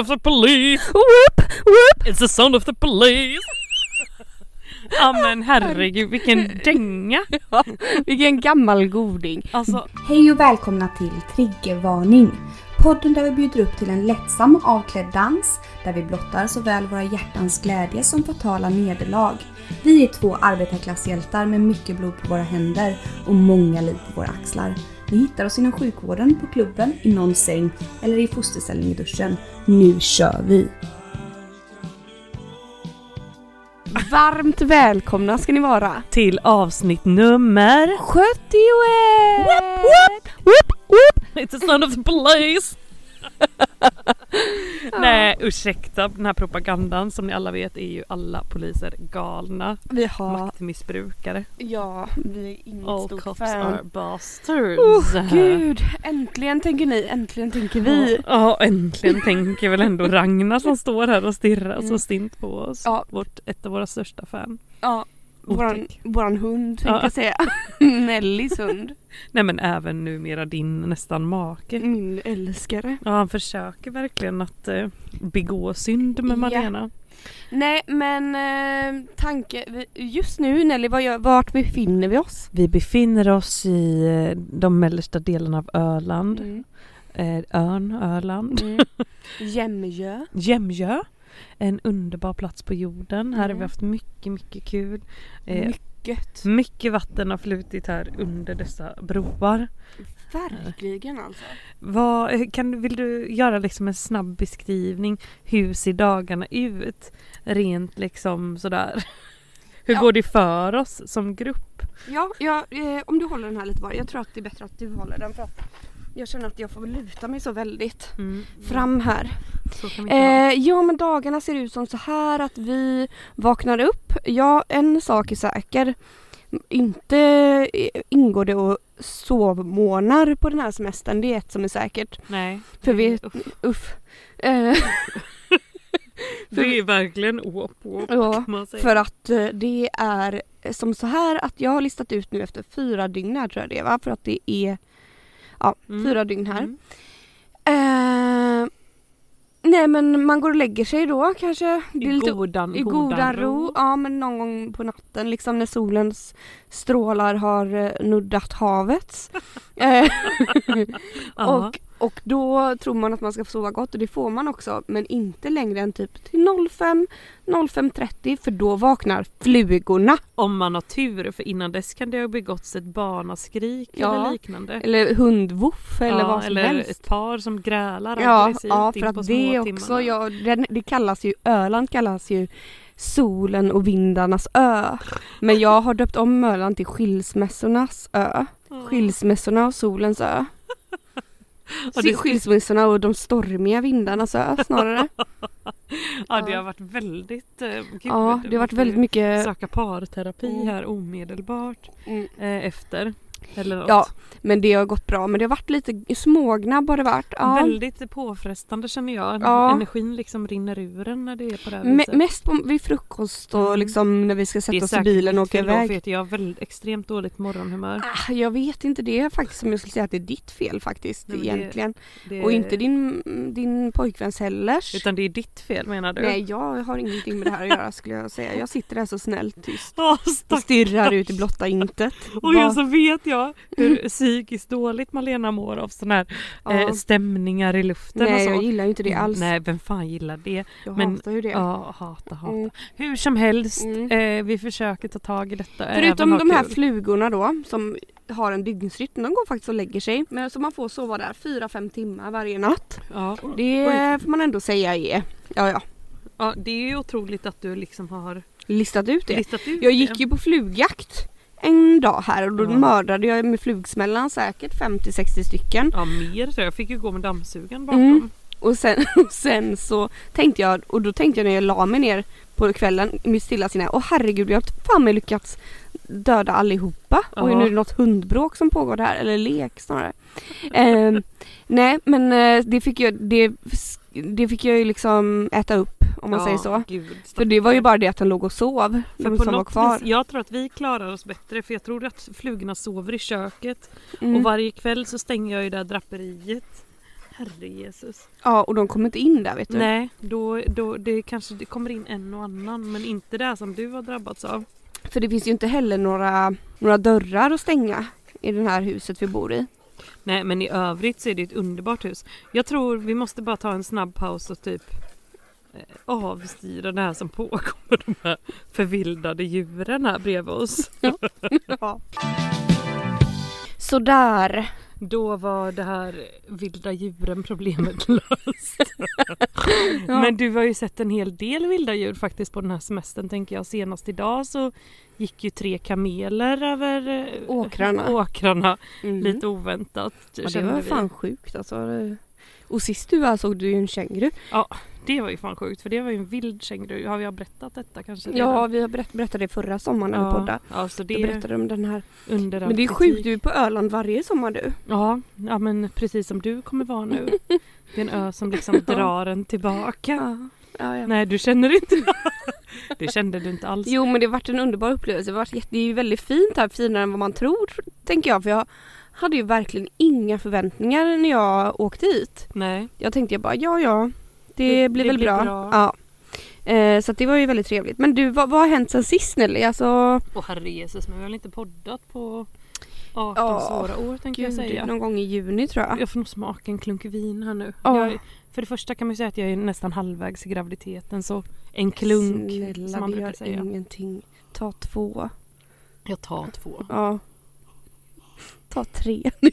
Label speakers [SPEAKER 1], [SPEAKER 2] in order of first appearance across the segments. [SPEAKER 1] of the police!
[SPEAKER 2] Whoop, whoop.
[SPEAKER 1] It's the sound of the police! Ja men herregud vilken dänga!
[SPEAKER 2] Vilken gammal goding.
[SPEAKER 1] Alltså
[SPEAKER 3] Hej och välkomna till Triggervarning! Podden där vi bjuder upp till en lättsam och avklädd dans där vi blottar såväl våra hjärtans glädje som fatala nederlag. Vi är två arbetarklasshjältar med mycket blod på våra händer och många liv på våra axlar. Ni hittar oss inom sjukvården, på klubben, i någon säng eller i fosterställning i duschen. Nu kör vi!
[SPEAKER 2] Varmt välkomna ska ni vara.
[SPEAKER 1] till avsnitt nummer...
[SPEAKER 2] 71!
[SPEAKER 1] Whoop, whoop, whoop, whoop. It's the sound of the police! Nej ursäkta den här propagandan som ni alla vet är ju alla poliser galna.
[SPEAKER 2] Vi har...
[SPEAKER 1] Maktmissbrukare.
[SPEAKER 2] Ja, vi är inget
[SPEAKER 1] All
[SPEAKER 2] stort
[SPEAKER 1] cops
[SPEAKER 2] fan.
[SPEAKER 1] are bastards.
[SPEAKER 2] Oh, gud! Äntligen tänker ni, äntligen tänker vi.
[SPEAKER 1] Ja äntligen tänker väl ändå Ragnar som står här och stirrar så stint på oss.
[SPEAKER 2] Mm. Ja.
[SPEAKER 1] Vårt, ett av våra största fan.
[SPEAKER 2] Ja, våran,
[SPEAKER 1] Otäck.
[SPEAKER 2] våran hund tänkte
[SPEAKER 1] Ja.
[SPEAKER 2] jag säga. Nellys hund.
[SPEAKER 1] Nej men även numera din nästan make.
[SPEAKER 2] Min älskare.
[SPEAKER 1] Ja han försöker verkligen att eh, begå synd med
[SPEAKER 2] Ja.
[SPEAKER 1] Malena.
[SPEAKER 2] Nej men eh, tanke, vi- just nu Nelly, var gör, vart befinner vi oss?
[SPEAKER 1] Vi befinner oss i eh, de mellersta delarna av Öland.
[SPEAKER 2] Mm.
[SPEAKER 1] Eh, Ön, Öland.
[SPEAKER 2] Mm. Jämjö.
[SPEAKER 1] Jämjö. En underbar plats på jorden. Här har
[SPEAKER 2] Mm.
[SPEAKER 1] vi haft mycket, mycket kul. Eh,
[SPEAKER 2] Mycket.
[SPEAKER 1] mycket vatten har flutit här under dessa broar.
[SPEAKER 2] Verkligen alltså.
[SPEAKER 1] Vad, eh, kan, vill du göra liksom en snabb beskrivning? Hur ser dagarna ut? Rent liksom sådär. Hur
[SPEAKER 2] Ja.
[SPEAKER 1] går det för oss som grupp?
[SPEAKER 2] Ja, jag, eh, om du håller den här lite bara. Jag tror att det är bättre att du håller den för att jag känner att jag får luta mig så väldigt fram här.
[SPEAKER 1] Mm, Så kan vi inte ha.
[SPEAKER 2] Eh, ja men dagarna ser ut som så här att vi vaknar upp. Ja en sak är säker. Inte eh, ingår det och sovmånar på den här semestern. Det är ett som är säkert.
[SPEAKER 1] Nej.
[SPEAKER 2] För vi,
[SPEAKER 1] Uff.
[SPEAKER 2] uff. Eh,
[SPEAKER 1] Det är verkligen åp åp
[SPEAKER 2] Ja,
[SPEAKER 1] kan man säga.
[SPEAKER 2] för att eh, det är som så här att jag har listat ut nu efter fyra dygn här tror jag det är va? För att det är ja,
[SPEAKER 1] Mm.
[SPEAKER 2] fyra dygn här.
[SPEAKER 1] Mm.
[SPEAKER 2] Eh, nej men man går och lägger sig då kanske. Det är
[SPEAKER 1] I
[SPEAKER 2] lite
[SPEAKER 1] godan,
[SPEAKER 2] I goda ro, ja men någon gång på natten liksom när solens strålar har eh, nuddat havet. Eh,
[SPEAKER 1] Ja.
[SPEAKER 2] och, och då tror man att man ska få sova gott och det får man också men inte längre än typ till 05, 05.30 för då vaknar flugorna.
[SPEAKER 1] Om man har tur, för innan dess kan det ha begåtts ett barnaskrik
[SPEAKER 2] Ja.
[SPEAKER 1] eller liknande.
[SPEAKER 2] Eller hundwoof eller
[SPEAKER 1] Eh. Ja,
[SPEAKER 2] vad som
[SPEAKER 1] eller
[SPEAKER 2] helst.
[SPEAKER 1] ett par som grälar
[SPEAKER 2] Ja,
[SPEAKER 1] aggressivt
[SPEAKER 2] ja,
[SPEAKER 1] in
[SPEAKER 2] för
[SPEAKER 1] på
[SPEAKER 2] att det är också,
[SPEAKER 1] småtimmarna.
[SPEAKER 2] ja, den, det kallas ju, Öland kallas ju solen och vindarnas ö. Men jag har döpt om Öland till skilsmässornas ö.
[SPEAKER 1] Ja.
[SPEAKER 2] Skilsmässorna och solens ö.
[SPEAKER 1] Och det-
[SPEAKER 2] Skilsmässorna och de stormiga vindarnas ö snarare.
[SPEAKER 1] Ja, det
[SPEAKER 2] ja.
[SPEAKER 1] har varit väldigt... eh, Gud,
[SPEAKER 2] ja, det har varit
[SPEAKER 1] måste
[SPEAKER 2] väldigt mycket.
[SPEAKER 1] Söka parterapi
[SPEAKER 2] Mm.
[SPEAKER 1] här omedelbart
[SPEAKER 2] Mm.
[SPEAKER 1] eh, efter. Eller något.
[SPEAKER 2] Ja, men det har gått bra. Men det har varit lite smågnabb har det varit. Ja.
[SPEAKER 1] Väldigt påfrestande känner jag.
[SPEAKER 2] Ja.
[SPEAKER 1] Energin liksom rinner ur en när det är på det här
[SPEAKER 2] Me-
[SPEAKER 1] viset.
[SPEAKER 2] mest på, vid frukost och
[SPEAKER 1] Mm.
[SPEAKER 2] liksom när vi ska
[SPEAKER 1] Det är
[SPEAKER 2] sätta oss i
[SPEAKER 1] säkert
[SPEAKER 2] bilen och
[SPEAKER 1] mitt
[SPEAKER 2] åka
[SPEAKER 1] fel då, för
[SPEAKER 2] iväg.
[SPEAKER 1] att Jag har väldigt, extremt dåligt morgonhumör.
[SPEAKER 2] Ah, jag vet inte, det är faktiskt som jag skulle säga att det är ditt fel faktiskt
[SPEAKER 1] Nej, men det-
[SPEAKER 2] egentligen.
[SPEAKER 1] Det-
[SPEAKER 2] Och inte din, din pojkväns heller.
[SPEAKER 1] Eh, Utan det är ditt fel menar du?
[SPEAKER 2] Nej, jag har ingenting med det här att göra skulle jag säga. Jag sitter här så snällt tyst
[SPEAKER 1] Ja,
[SPEAKER 2] och
[SPEAKER 1] stack.
[SPEAKER 2] stirrar ut i blotta intet.
[SPEAKER 1] Och
[SPEAKER 2] Vad-
[SPEAKER 1] jag så vet jag hur psykiskt dåligt Malena mår av sådana här eh,
[SPEAKER 2] Ja.
[SPEAKER 1] stämningar i luften och
[SPEAKER 2] Nej,
[SPEAKER 1] så. Mm,
[SPEAKER 2] jag gillar ju inte det alls.
[SPEAKER 1] Nej, vem fan gillar det?
[SPEAKER 2] Jag
[SPEAKER 1] men-
[SPEAKER 2] hatar ju det.
[SPEAKER 1] Ja, hata, hata.
[SPEAKER 2] Mm.
[SPEAKER 1] Hur som helst,
[SPEAKER 2] Mm.
[SPEAKER 1] eh, vi försöker ta tag i detta. även
[SPEAKER 2] Förutom
[SPEAKER 1] ha
[SPEAKER 2] de här
[SPEAKER 1] kul.
[SPEAKER 2] flugorna då som har en dygnsrytm, de går faktiskt och lägger sig. Men så man får sova där 4-5 timmar varje natt.
[SPEAKER 1] ja.
[SPEAKER 2] Det
[SPEAKER 1] Oj.
[SPEAKER 2] får man ändå säga är, ja ja,
[SPEAKER 1] ja, det är ju otroligt att du liksom har
[SPEAKER 2] listat ut det.
[SPEAKER 1] listat ut
[SPEAKER 2] Jag gick ju på flugjakt en dag här och då
[SPEAKER 1] Ja.
[SPEAKER 2] mördade jag med flugsmällan säkert 50-60 stycken.
[SPEAKER 1] Ja, mer tror jag. Jag fick ju gå med dammsugaren bakom.
[SPEAKER 2] Mm. Och sen, och sen så tänkte jag, och då tänkte jag när jag la mig ner på kvällen i mitt stilla sinne, åh herregud jag har fan mig lyckats döda allihopa.
[SPEAKER 1] Ja.
[SPEAKER 2] Oj nu är det något hundbråk som pågår där, eller lek snarare. Ehm, nej men eh, det fick, jag, det, det fick jag ju liksom äta upp om man
[SPEAKER 1] ja,
[SPEAKER 2] säger så.
[SPEAKER 1] Gud,
[SPEAKER 2] För det var ju bara det att den låg och sov, de
[SPEAKER 1] på
[SPEAKER 2] som var
[SPEAKER 1] något
[SPEAKER 2] kvar.
[SPEAKER 1] Vis, jag tror att vi klarar oss bättre för jag tror att flugorna sover i köket
[SPEAKER 2] Mm.
[SPEAKER 1] och varje kväll så stänger jag ju det här draperiet Herre Jesus.
[SPEAKER 2] Ja, och de kommer inte in där vet du.
[SPEAKER 1] Nej, då, då det kanske det kommer in en och annan men inte det här som du har drabbats av.
[SPEAKER 2] För det finns ju inte heller några, några dörrar att stänga i det här huset vi bor i.
[SPEAKER 1] Nej, men i övrigt så är det ett underbart hus. Jag tror vi måste bara ta en snabb paus och typ eh, avstyra det här som pågår. De här förvildade djuren här bredvid oss.
[SPEAKER 2] Ja. Sådär.
[SPEAKER 1] Då var det här vilda djuren problemet löst. Men du har ju sett en hel del vilda djur faktiskt på den här semestern tänker jag. Senast idag så gick ju tre kameler över eh,
[SPEAKER 2] Åkrarna.
[SPEAKER 1] åkrarna.
[SPEAKER 2] Mm.
[SPEAKER 1] Lite oväntat.
[SPEAKER 2] ja, det
[SPEAKER 1] kände
[SPEAKER 2] var
[SPEAKER 1] vi.
[SPEAKER 2] fan sjukt alltså. Det- Och sist du var här såg du ju en känguru.
[SPEAKER 1] det var ju fan sjukt för det var ju en vild känguru. Har jag berättat detta kanske?
[SPEAKER 2] Ja, vi har berätt, berättade det förra sommaren när vi
[SPEAKER 1] ja.
[SPEAKER 2] poddade.
[SPEAKER 1] ja, så det
[SPEAKER 2] Jag
[SPEAKER 1] är
[SPEAKER 2] berättade om den här.
[SPEAKER 1] under all
[SPEAKER 2] Men det är
[SPEAKER 1] kritik.
[SPEAKER 2] sjukt, du är på Öland varje sommar du.
[SPEAKER 1] Ja, ja, men precis som du kommer vara nu. Det är en ö som liksom drar en tillbaka.
[SPEAKER 2] Ja. Ja, ja.
[SPEAKER 1] Nej, du känner inte Det kände du inte alls.
[SPEAKER 2] Jo men det har varit en underbar upplevelse. Det, har varit jätte, det är ju väldigt fint här, finare än vad man tror tänker jag. För jag hade ju verkligen inga förväntningar när jag åkte hit.
[SPEAKER 1] Nej.
[SPEAKER 2] Jag tänkte jag bara ja ja, det,
[SPEAKER 1] Det-
[SPEAKER 2] blir
[SPEAKER 1] det
[SPEAKER 2] väl
[SPEAKER 1] blir
[SPEAKER 2] bra.
[SPEAKER 1] bra.
[SPEAKER 2] Ja. Eh, så att det var ju väldigt trevligt. Men du, vad, vad har hänt sen sist Nelly? Alltså,
[SPEAKER 1] Åh herrejesus, men vi har väl inte poddat på 18
[SPEAKER 2] Ja,
[SPEAKER 1] svåra år tänker jag
[SPEAKER 2] gud,
[SPEAKER 1] säga.
[SPEAKER 2] typ någon gång i juni tror jag.
[SPEAKER 1] Jag får nog smaka en klunk vin här nu.
[SPEAKER 2] Ja.
[SPEAKER 1] Jag, är- för det första kan man ju säga att jag är nästan halvvägs i graviditeten så en klunk
[SPEAKER 2] Snälla,
[SPEAKER 1] som man
[SPEAKER 2] vi
[SPEAKER 1] brukar
[SPEAKER 2] gör
[SPEAKER 1] säga.
[SPEAKER 2] ingenting. Ta två.
[SPEAKER 1] Jag tar två.
[SPEAKER 2] Ja. Ta tre nu.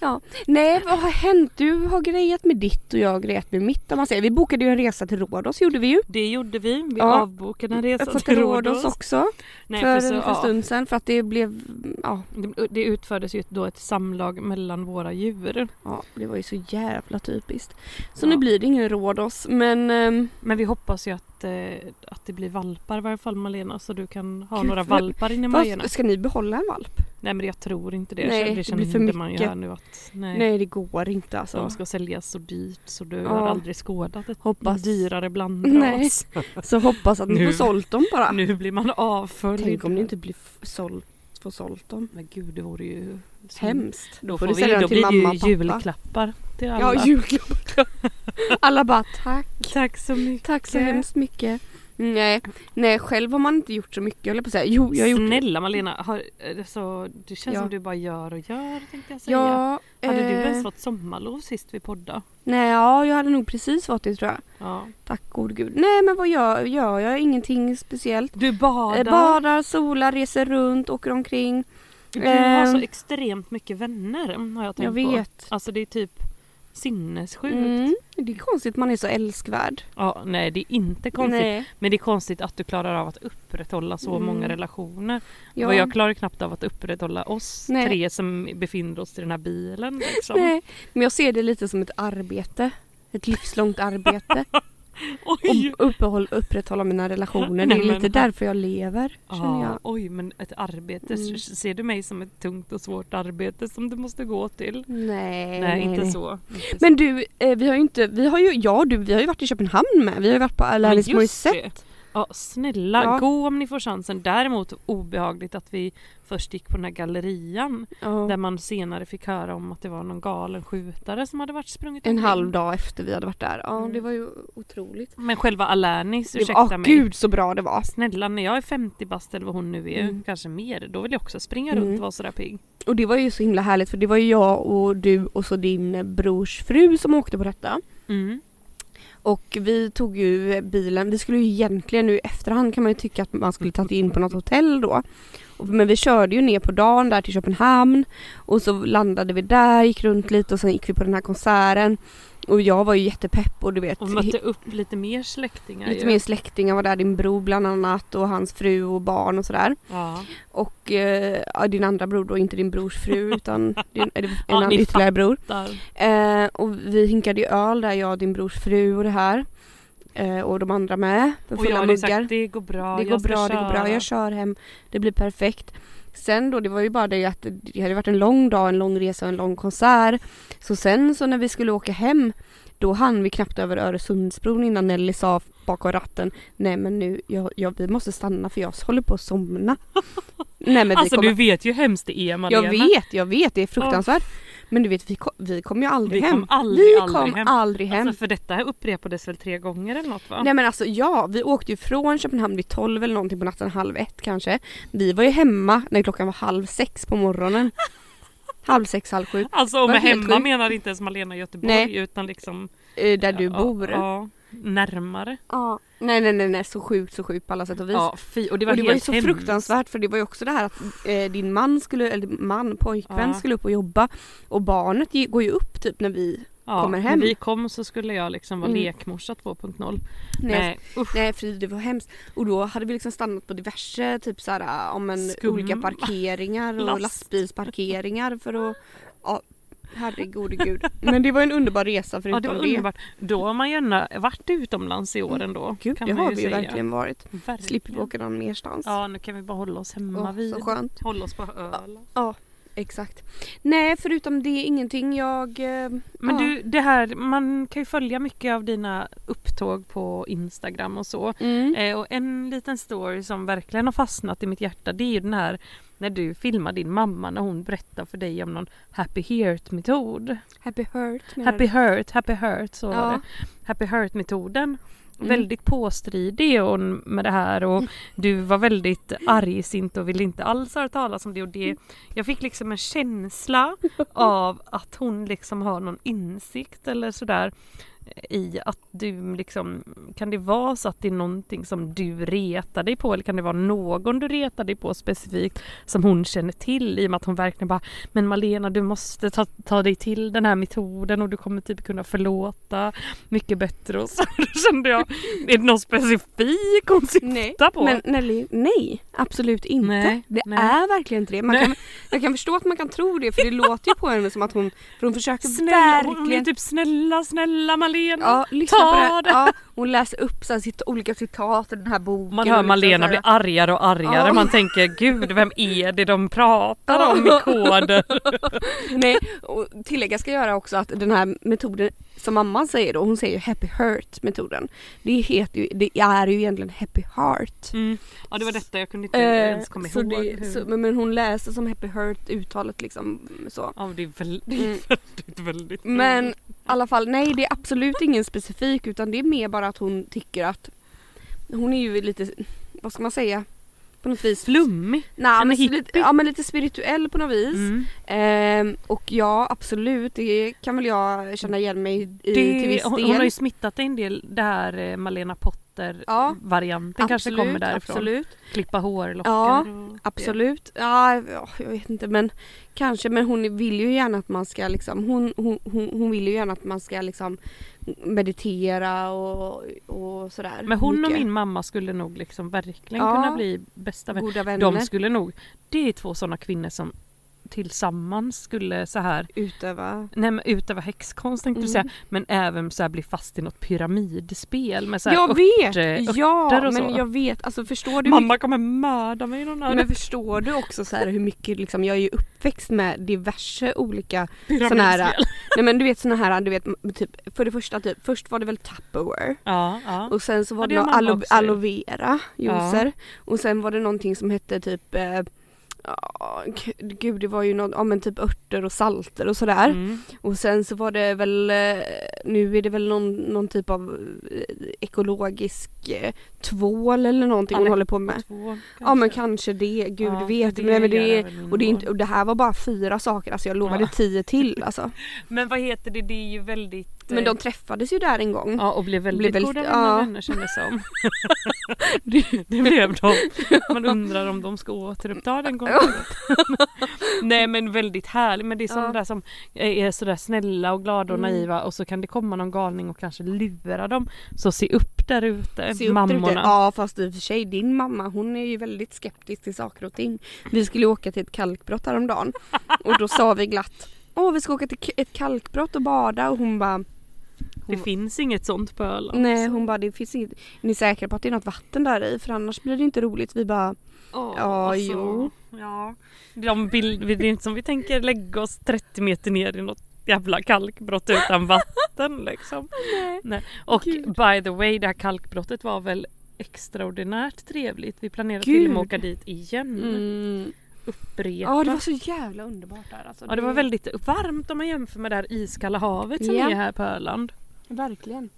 [SPEAKER 2] ja. Nej, vad har hänt? Du har grejat med ditt och jag har grejat med mitt om man säger. Vi bokade ju en resa till Rhodos gjorde vi ju.
[SPEAKER 1] Det gjorde vi. Vi
[SPEAKER 2] Ja.
[SPEAKER 1] avbokade en resa
[SPEAKER 2] För
[SPEAKER 1] till
[SPEAKER 2] Rhodos
[SPEAKER 1] Rhodos.
[SPEAKER 2] också
[SPEAKER 1] Nej,
[SPEAKER 2] för,
[SPEAKER 1] så-
[SPEAKER 2] en liten
[SPEAKER 1] ja.
[SPEAKER 2] stund sedan för att det blev, ja,
[SPEAKER 1] Det- Det utfördes ju då ett samlag mellan våra djur.
[SPEAKER 2] ja det var ju så jävla typiskt. Så
[SPEAKER 1] Ja.
[SPEAKER 2] nu blir det ingen Rhodos men ehm,
[SPEAKER 1] Men vi hoppas ju att, eh, att det blir valpar i varje fall Malena så du kan ha
[SPEAKER 2] Gud,
[SPEAKER 1] några
[SPEAKER 2] vad-
[SPEAKER 1] valpar in i
[SPEAKER 2] vad,
[SPEAKER 1] majorna.
[SPEAKER 2] ska ni behålla en valp?
[SPEAKER 1] Nej men jag tror inte det.
[SPEAKER 2] Nej,
[SPEAKER 1] det
[SPEAKER 2] det
[SPEAKER 1] kände
[SPEAKER 2] blir för
[SPEAKER 1] man ju
[SPEAKER 2] mycket.
[SPEAKER 1] här nu att nej,
[SPEAKER 2] Nej, det går inte alltså.
[SPEAKER 1] de ska säljas så dyrt så du
[SPEAKER 2] Ja.
[SPEAKER 1] har aldrig skådat ett
[SPEAKER 2] Hoppas.
[SPEAKER 1] dyrare blandras.
[SPEAKER 2] Så hoppas att ni
[SPEAKER 1] Nu.
[SPEAKER 2] får sålt dem bara.
[SPEAKER 1] Nu blir man avföljd.
[SPEAKER 2] Tänk om ni inte blir f- sålt, får sålt dem.
[SPEAKER 1] Men gud det vore ju... så-
[SPEAKER 2] Hemskt.
[SPEAKER 1] Då,
[SPEAKER 2] får
[SPEAKER 1] får
[SPEAKER 2] du
[SPEAKER 1] vi,
[SPEAKER 2] sälja
[SPEAKER 1] då
[SPEAKER 2] dem till
[SPEAKER 1] blir det ju
[SPEAKER 2] mamma och pappa.
[SPEAKER 1] julklappar till alla.
[SPEAKER 2] Ja, julklappar. Alla bara tack,
[SPEAKER 1] Tack så mycket.
[SPEAKER 2] tack så hemskt mycket. Mm, Nej, nej, själv har man inte gjort så mycket jag höll på att säga. Jo, jag har gjort
[SPEAKER 1] Snälla Malena, har, alltså, det känns
[SPEAKER 2] Ja.
[SPEAKER 1] som du bara gör och gör tänkte jag säga.
[SPEAKER 2] Ja,
[SPEAKER 1] Hade du
[SPEAKER 2] eh,
[SPEAKER 1] ens fått sommarlov sist vi poddade?
[SPEAKER 2] Nej, ja, jag hade nog precis fått det tror jag.
[SPEAKER 1] Ja.
[SPEAKER 2] Tack gode gud. Nej, men vad gör jag? Gör jag ingenting speciellt.
[SPEAKER 1] Du badar.
[SPEAKER 2] Eh, Badar, solar, reser runt, åker omkring.
[SPEAKER 1] du har så
[SPEAKER 2] ehm,
[SPEAKER 1] extremt mycket vänner har jag tänkt
[SPEAKER 2] Jag
[SPEAKER 1] på.
[SPEAKER 2] vet.
[SPEAKER 1] Alltså det är typ sinnessjukt.
[SPEAKER 2] Mm, det är konstigt man är så älskvärd.
[SPEAKER 1] Ja, nej det är inte konstigt.
[SPEAKER 2] Nej,
[SPEAKER 1] Men det är konstigt att du klarar av att upprätthålla så
[SPEAKER 2] Mm.
[SPEAKER 1] många relationer.
[SPEAKER 2] ja.
[SPEAKER 1] Och jag klarar knappt av att upprätthålla oss
[SPEAKER 2] Nej.
[SPEAKER 1] tre som befinner oss i den här bilen. Liksom.
[SPEAKER 2] nej, men jag ser det lite som ett arbete. Ett livslångt arbete.
[SPEAKER 1] Oj!
[SPEAKER 2] och uppehåll, upprätthålla mina
[SPEAKER 1] Nej,
[SPEAKER 2] relationer. det är
[SPEAKER 1] men-
[SPEAKER 2] lite därför jag lever, känner
[SPEAKER 1] Ja,
[SPEAKER 2] jag.
[SPEAKER 1] oj, men ett arbete.
[SPEAKER 2] Mm.
[SPEAKER 1] Ser du mig som ett tungt och svårt arbete som du måste gå till?
[SPEAKER 2] Nej,
[SPEAKER 1] Nej, inte
[SPEAKER 2] nej.
[SPEAKER 1] så. Inte så.
[SPEAKER 2] Men du, eh, vi har ju inte, vi har ju, ja du, vi har ju varit i Köpenhamn med. Vi har ju varit på
[SPEAKER 1] Men
[SPEAKER 2] Alanis
[SPEAKER 1] just
[SPEAKER 2] Morissette.
[SPEAKER 1] det. Ja, snälla
[SPEAKER 2] Ja.
[SPEAKER 1] gå om ni får chansen. Däremot obehagligt att vi först gick på den här gallerian
[SPEAKER 2] Ja.
[SPEAKER 1] där man senare fick höra om att det var någon galen skjutare som hade varit sprungit
[SPEAKER 2] En
[SPEAKER 1] omkring.
[SPEAKER 2] halv dag efter vi hade varit där. Ja,
[SPEAKER 1] Mm.
[SPEAKER 2] det var ju otroligt.
[SPEAKER 1] Men själva Alanis,
[SPEAKER 2] Det
[SPEAKER 1] ursäkta
[SPEAKER 2] var, oh,
[SPEAKER 1] mig.
[SPEAKER 2] gud så bra det var.
[SPEAKER 1] Snälla när jag är 50 bast eller vad hon nu är,
[SPEAKER 2] Mm.
[SPEAKER 1] kanske mer, då vill jag också springa
[SPEAKER 2] Mm.
[SPEAKER 1] runt och vara sådär pigg.
[SPEAKER 2] Och det var ju så himla härligt för det var ju jag och du och så din brors fru som åkte på detta.
[SPEAKER 1] Mm.
[SPEAKER 2] Och vi tog ju bilen, vi skulle ju egentligen nu i efterhand kan man ju tycka att man skulle tagit in på något hotell då. Och- Men vi körde ju ner på dagen där till Köpenhamn och så landade vi där, gick runt lite och sen gick vi på den här konserten. Och jag var ju jättepepp och du vet
[SPEAKER 1] Och mötte upp lite mer släktingar
[SPEAKER 2] lite
[SPEAKER 1] ju.
[SPEAKER 2] mer släktingar var där, din bror bland annat och hans fru och barn och sådär.
[SPEAKER 1] Ja.
[SPEAKER 2] Och eh, ja, din andra bror då, inte din brors fru utan din, eller en
[SPEAKER 1] Ja,
[SPEAKER 2] annan
[SPEAKER 1] ni
[SPEAKER 2] ytterligare bror.
[SPEAKER 1] Där.
[SPEAKER 2] Eh, och vi hinkade ju öl där, jag och din brors fru och det här. Eh, och de andra med. För
[SPEAKER 1] Och jag
[SPEAKER 2] fulla
[SPEAKER 1] hade ju sagt
[SPEAKER 2] muggar.
[SPEAKER 1] det går bra,
[SPEAKER 2] det
[SPEAKER 1] jag
[SPEAKER 2] går
[SPEAKER 1] ska
[SPEAKER 2] bra, det går bra,
[SPEAKER 1] köra."
[SPEAKER 2] jag kör hem. Det blir perfekt. Sen då, det var ju bara det att det hade varit en lång dag, en lång resa och en lång konsert. Så sen så när vi skulle åka hem då hann vi knappt över Öresundsbron innan Nelly sa bakom ratten Nej men nu, jag, jag, vi måste stanna för jag håller på att somna. Nej men vi
[SPEAKER 1] Alltså
[SPEAKER 2] kommer
[SPEAKER 1] du vet ju hur hemskt det är Malena.
[SPEAKER 2] jag vet, jag vet. Det är fruktansvärt. Men du vet vi kom, vi kom ju aldrig
[SPEAKER 1] Vi
[SPEAKER 2] hem.
[SPEAKER 1] kom aldrig,
[SPEAKER 2] vi
[SPEAKER 1] aldrig
[SPEAKER 2] kom
[SPEAKER 1] hem.
[SPEAKER 2] aldrig hem.
[SPEAKER 1] Alltså för detta upprepades väl tre gånger eller något va?
[SPEAKER 2] Nej men alltså ja, vi åkte ju från Köpenhamn vid 12 eller någonting på natten, halv ett kanske. Vi var ju hemma när klockan var halv sex på morgonen. halv sex, halv sju.
[SPEAKER 1] Alltså och
[SPEAKER 2] Var
[SPEAKER 1] med
[SPEAKER 2] helt
[SPEAKER 1] hemma
[SPEAKER 2] sjukt.
[SPEAKER 1] menar inte ens Malena i Göteborg
[SPEAKER 2] Nej.
[SPEAKER 1] utan liksom
[SPEAKER 2] eh, Där du
[SPEAKER 1] ja,
[SPEAKER 2] bor.
[SPEAKER 1] Ja, närmare.
[SPEAKER 2] Ja. Nej nej nej nej, så sjukt så sjukt på alla sätt och vis.
[SPEAKER 1] Ja, fy, och det var,
[SPEAKER 2] Och det var ju
[SPEAKER 1] helt
[SPEAKER 2] så
[SPEAKER 1] hemskt.
[SPEAKER 2] fruktansvärt för det var ju också det här att eh, din man skulle, eller man, pojkvän
[SPEAKER 1] Ja.
[SPEAKER 2] skulle upp och jobba och barnet ge- går ju upp typ när vi,
[SPEAKER 1] Ja,
[SPEAKER 2] kommer
[SPEAKER 1] när
[SPEAKER 2] hem.
[SPEAKER 1] vi kom så skulle jag liksom vara
[SPEAKER 2] Mm.
[SPEAKER 1] lekmorsa 2.0.
[SPEAKER 2] nej,
[SPEAKER 1] Nej, usch.
[SPEAKER 2] Nej fy det var hemskt. Och då hade vi liksom stannat på diverse typ så här, om en,
[SPEAKER 1] Skum.
[SPEAKER 2] olika parkeringar och
[SPEAKER 1] Last.
[SPEAKER 2] lastbilsparkeringar för att ja, herregode gud. Men det var en underbar resa
[SPEAKER 1] Ja
[SPEAKER 2] förutom
[SPEAKER 1] det var
[SPEAKER 2] det. Mm.
[SPEAKER 1] underbart. Då har man gärna varit utomlands i år ändå.
[SPEAKER 2] Gud
[SPEAKER 1] kan
[SPEAKER 2] det
[SPEAKER 1] man
[SPEAKER 2] har vi ju
[SPEAKER 1] säga.
[SPEAKER 2] verkligen varit.
[SPEAKER 1] Verkligen.
[SPEAKER 2] Slipper vi åka någon merstans.
[SPEAKER 1] Ja nu kan vi bara hålla oss hemma
[SPEAKER 2] Åh,
[SPEAKER 1] vid.
[SPEAKER 2] så skönt.
[SPEAKER 1] Hålla oss på ölen.
[SPEAKER 2] Exakt. Nej förutom det ingenting jag... Eh,
[SPEAKER 1] Men
[SPEAKER 2] ja.
[SPEAKER 1] du det här, man kan ju följa mycket av dina upptåg på Instagram och så.
[SPEAKER 2] Mm.
[SPEAKER 1] Eh, och en liten story som verkligen har fastnat i mitt hjärta det är ju den här när du filmar din mamma när hon berättar för dig om någon happy hurt metod.
[SPEAKER 2] Happy Hurt menar
[SPEAKER 1] Happy hurt, happy hurt så var
[SPEAKER 2] Ja.
[SPEAKER 1] det. Happy hurt metoden.
[SPEAKER 2] Mm.
[SPEAKER 1] Väldigt påstridig och n- med det här och du var väldigt argsint och ville inte alls höra talas om det och
[SPEAKER 2] Mm.
[SPEAKER 1] det. Jag fick liksom en känsla av att hon liksom har någon insikt eller sådär eh, i att du liksom, kan det vara så att det är någonting som du retar dig på eller kan det vara någon du retar dig på specifikt som hon känner till i och med att hon verkligen bara Men Malena du måste ta, ta dig till den här metoden och du kommer typ kunna förlåta mycket bättre och så Då kände jag Är det någon specifik hon
[SPEAKER 2] Nej.
[SPEAKER 1] syftar på?
[SPEAKER 2] Men Nelly, nej absolut inte.
[SPEAKER 1] Nej,
[SPEAKER 2] det
[SPEAKER 1] nej.
[SPEAKER 2] är verkligen inte det. Man
[SPEAKER 1] Nej.
[SPEAKER 2] kan, jag kan förstå att man kan tro det för det låter ju på henne som att hon, för hon försöker
[SPEAKER 1] Snälla, hon- hon är
[SPEAKER 2] verkligen.
[SPEAKER 1] typ snälla snälla Malena
[SPEAKER 2] ja, lyssna
[SPEAKER 1] Ta
[SPEAKER 2] på det. här.
[SPEAKER 1] det.
[SPEAKER 2] Ja, hon läser upp så här, sitt, olika citat ur den här boken.
[SPEAKER 1] Man hör
[SPEAKER 2] och liksom så
[SPEAKER 1] Malena
[SPEAKER 2] här-
[SPEAKER 1] bli argare och argare.
[SPEAKER 2] Ja.
[SPEAKER 1] Man tänker gud vem är det de pratar om i koder?
[SPEAKER 2] Nej, och tillägga ska göra också att den här metoden som mamman säger då, hon säger ju happy hurt metoden. Det, heter ju, det är ju egentligen happy heart.
[SPEAKER 1] Mm. Ja det var detta jag kunde inte
[SPEAKER 2] Eh,
[SPEAKER 1] ens komma
[SPEAKER 2] så
[SPEAKER 1] ihåg. Mm.
[SPEAKER 2] det,
[SPEAKER 1] hur-
[SPEAKER 2] så, men men hon läser som happy hurt uttalet liksom så.
[SPEAKER 1] Ja det är väldigt,
[SPEAKER 2] Mm.
[SPEAKER 1] väldigt, väldigt
[SPEAKER 2] Men i alla fall, nej det är absolut ingen specifik utan det är mer bara att hon tycker att hon är ju lite, vad ska man säga? På något vis.
[SPEAKER 1] flummig.
[SPEAKER 2] Nej,
[SPEAKER 1] men
[SPEAKER 2] men så
[SPEAKER 1] hippie. Mm.
[SPEAKER 2] lite, ja men lite spirituell på något vis. Ehm, och ja absolut, det kan väl jag känna igen mig i
[SPEAKER 1] Det,
[SPEAKER 2] till viss del.
[SPEAKER 1] hon, hon har ju smittat dig en del, det här eh, Malena
[SPEAKER 2] Ja.
[SPEAKER 1] Potter-varianten kanske kommer därifrån.
[SPEAKER 2] Absolut,
[SPEAKER 1] Klippa hårlockar.
[SPEAKER 2] Ja,
[SPEAKER 1] och-
[SPEAKER 2] absolut. Ja, ja, jag vet inte men kanske men hon vill ju gärna att man ska liksom, hon, hon, hon, hon vill ju gärna att man ska liksom meditera och, och sådär.
[SPEAKER 1] Men hon och
[SPEAKER 2] mycket.
[SPEAKER 1] min mamma skulle nog liksom verkligen
[SPEAKER 2] Ja.
[SPEAKER 1] kunna bli bästa vänner.
[SPEAKER 2] goda vänner.
[SPEAKER 1] De skulle nog, det är två sådana kvinnor som tillsammans skulle så här
[SPEAKER 2] utöva.
[SPEAKER 1] Nej men utöva häxkonst tänkte du
[SPEAKER 2] Mm.
[SPEAKER 1] säga. Men även så här bli fast i något pyramidspel med så här
[SPEAKER 2] jag
[SPEAKER 1] upp-
[SPEAKER 2] vet!
[SPEAKER 1] örter
[SPEAKER 2] ja,
[SPEAKER 1] och
[SPEAKER 2] men
[SPEAKER 1] så.
[SPEAKER 2] jag vet. Alltså förstår du?
[SPEAKER 1] Mamma kommer mörda mig någon
[SPEAKER 2] hur-
[SPEAKER 1] här
[SPEAKER 2] Men förstår du också så här hur mycket liksom, jag är ju uppväxt med diverse olika, sån här-
[SPEAKER 1] pyramidspel.
[SPEAKER 2] nej men du vet såna här, du vet typ, för det första typ, först var det väl Tupperware
[SPEAKER 1] Ja, ja.
[SPEAKER 2] och sen så var
[SPEAKER 1] Ja,
[SPEAKER 2] det,
[SPEAKER 1] det
[SPEAKER 2] det
[SPEAKER 1] har mamma
[SPEAKER 2] aloe,
[SPEAKER 1] också ju.
[SPEAKER 2] aloe vera juicer och sen var det någonting som hette typ eh, ja, g- Gud det var ju något, ja men typ örter och salter och sådär.
[SPEAKER 1] Mm.
[SPEAKER 2] Och sen så var det väl, eh, nu är det väl någon, någon typ av eh, ekologisk eh, tvål eller någonting
[SPEAKER 1] Ja,
[SPEAKER 2] hon
[SPEAKER 1] men-
[SPEAKER 2] håller på med.
[SPEAKER 1] Två,
[SPEAKER 2] Ja men kanske det, gud
[SPEAKER 1] Ja,
[SPEAKER 2] vet.
[SPEAKER 1] det
[SPEAKER 2] men, men
[SPEAKER 1] gör
[SPEAKER 2] det,
[SPEAKER 1] jag väl min
[SPEAKER 2] och, det är
[SPEAKER 1] mor.
[SPEAKER 2] inte, och det här var bara fyra saker, alltså jag lovade
[SPEAKER 1] Ja.
[SPEAKER 2] tio till alltså.
[SPEAKER 1] Men vad heter det, det är ju väldigt...
[SPEAKER 2] Men de
[SPEAKER 1] eh,
[SPEAKER 2] träffades ju där en gång.
[SPEAKER 1] Ja och blev väldigt
[SPEAKER 2] blev väldigt-
[SPEAKER 1] goda
[SPEAKER 2] ja.
[SPEAKER 1] vänner ja. kändes som. det, det blev de. Man undrar om de ska återuppta den kontakten. Nej men väldigt härligt. Men det är sådana
[SPEAKER 2] Ja.
[SPEAKER 1] där som är sådär snälla och glada och
[SPEAKER 2] Mm.
[SPEAKER 1] naiva och så kan det komma någon galning och kanske lura dem. Så se upp där ute
[SPEAKER 2] Se upp där ute.
[SPEAKER 1] Eh, mammorna.
[SPEAKER 2] Ja fast i och för sig din mamma hon är ju väldigt skeptisk till saker och ting. Vi skulle åka till ett kalkbrott häromdagen och då sa vi glatt Åh vi ska åka till k- ett kalkbrott och bada och hon bara
[SPEAKER 1] Det finns inget sånt på Öland.
[SPEAKER 2] Nej
[SPEAKER 1] så.
[SPEAKER 2] hon bara det finns inget, är ni säkra på att det är något vatten där i för annars blir det inte roligt. Vi bara
[SPEAKER 1] Åh,
[SPEAKER 2] Ja,
[SPEAKER 1] så.
[SPEAKER 2] alltså, jo.
[SPEAKER 1] Ja. De bild, det är inte som vi tänker lägga oss 30 meter ner i något jävla kalkbrott utan vatten liksom.
[SPEAKER 2] Nej.
[SPEAKER 1] Och
[SPEAKER 2] Gud.
[SPEAKER 1] by the way, det här kalkbrottet var väl extraordinärt trevligt. Vi planerar
[SPEAKER 2] Gud.
[SPEAKER 1] till och med att åka dit igen.
[SPEAKER 2] mm,
[SPEAKER 1] upprepa.
[SPEAKER 2] Ja, det var så jävla underbart där alltså.
[SPEAKER 1] Ja, det var väldigt varmt om man jämför med det här iskalla havet som
[SPEAKER 2] Ja.
[SPEAKER 1] är här på Öland.
[SPEAKER 2] Verkligen.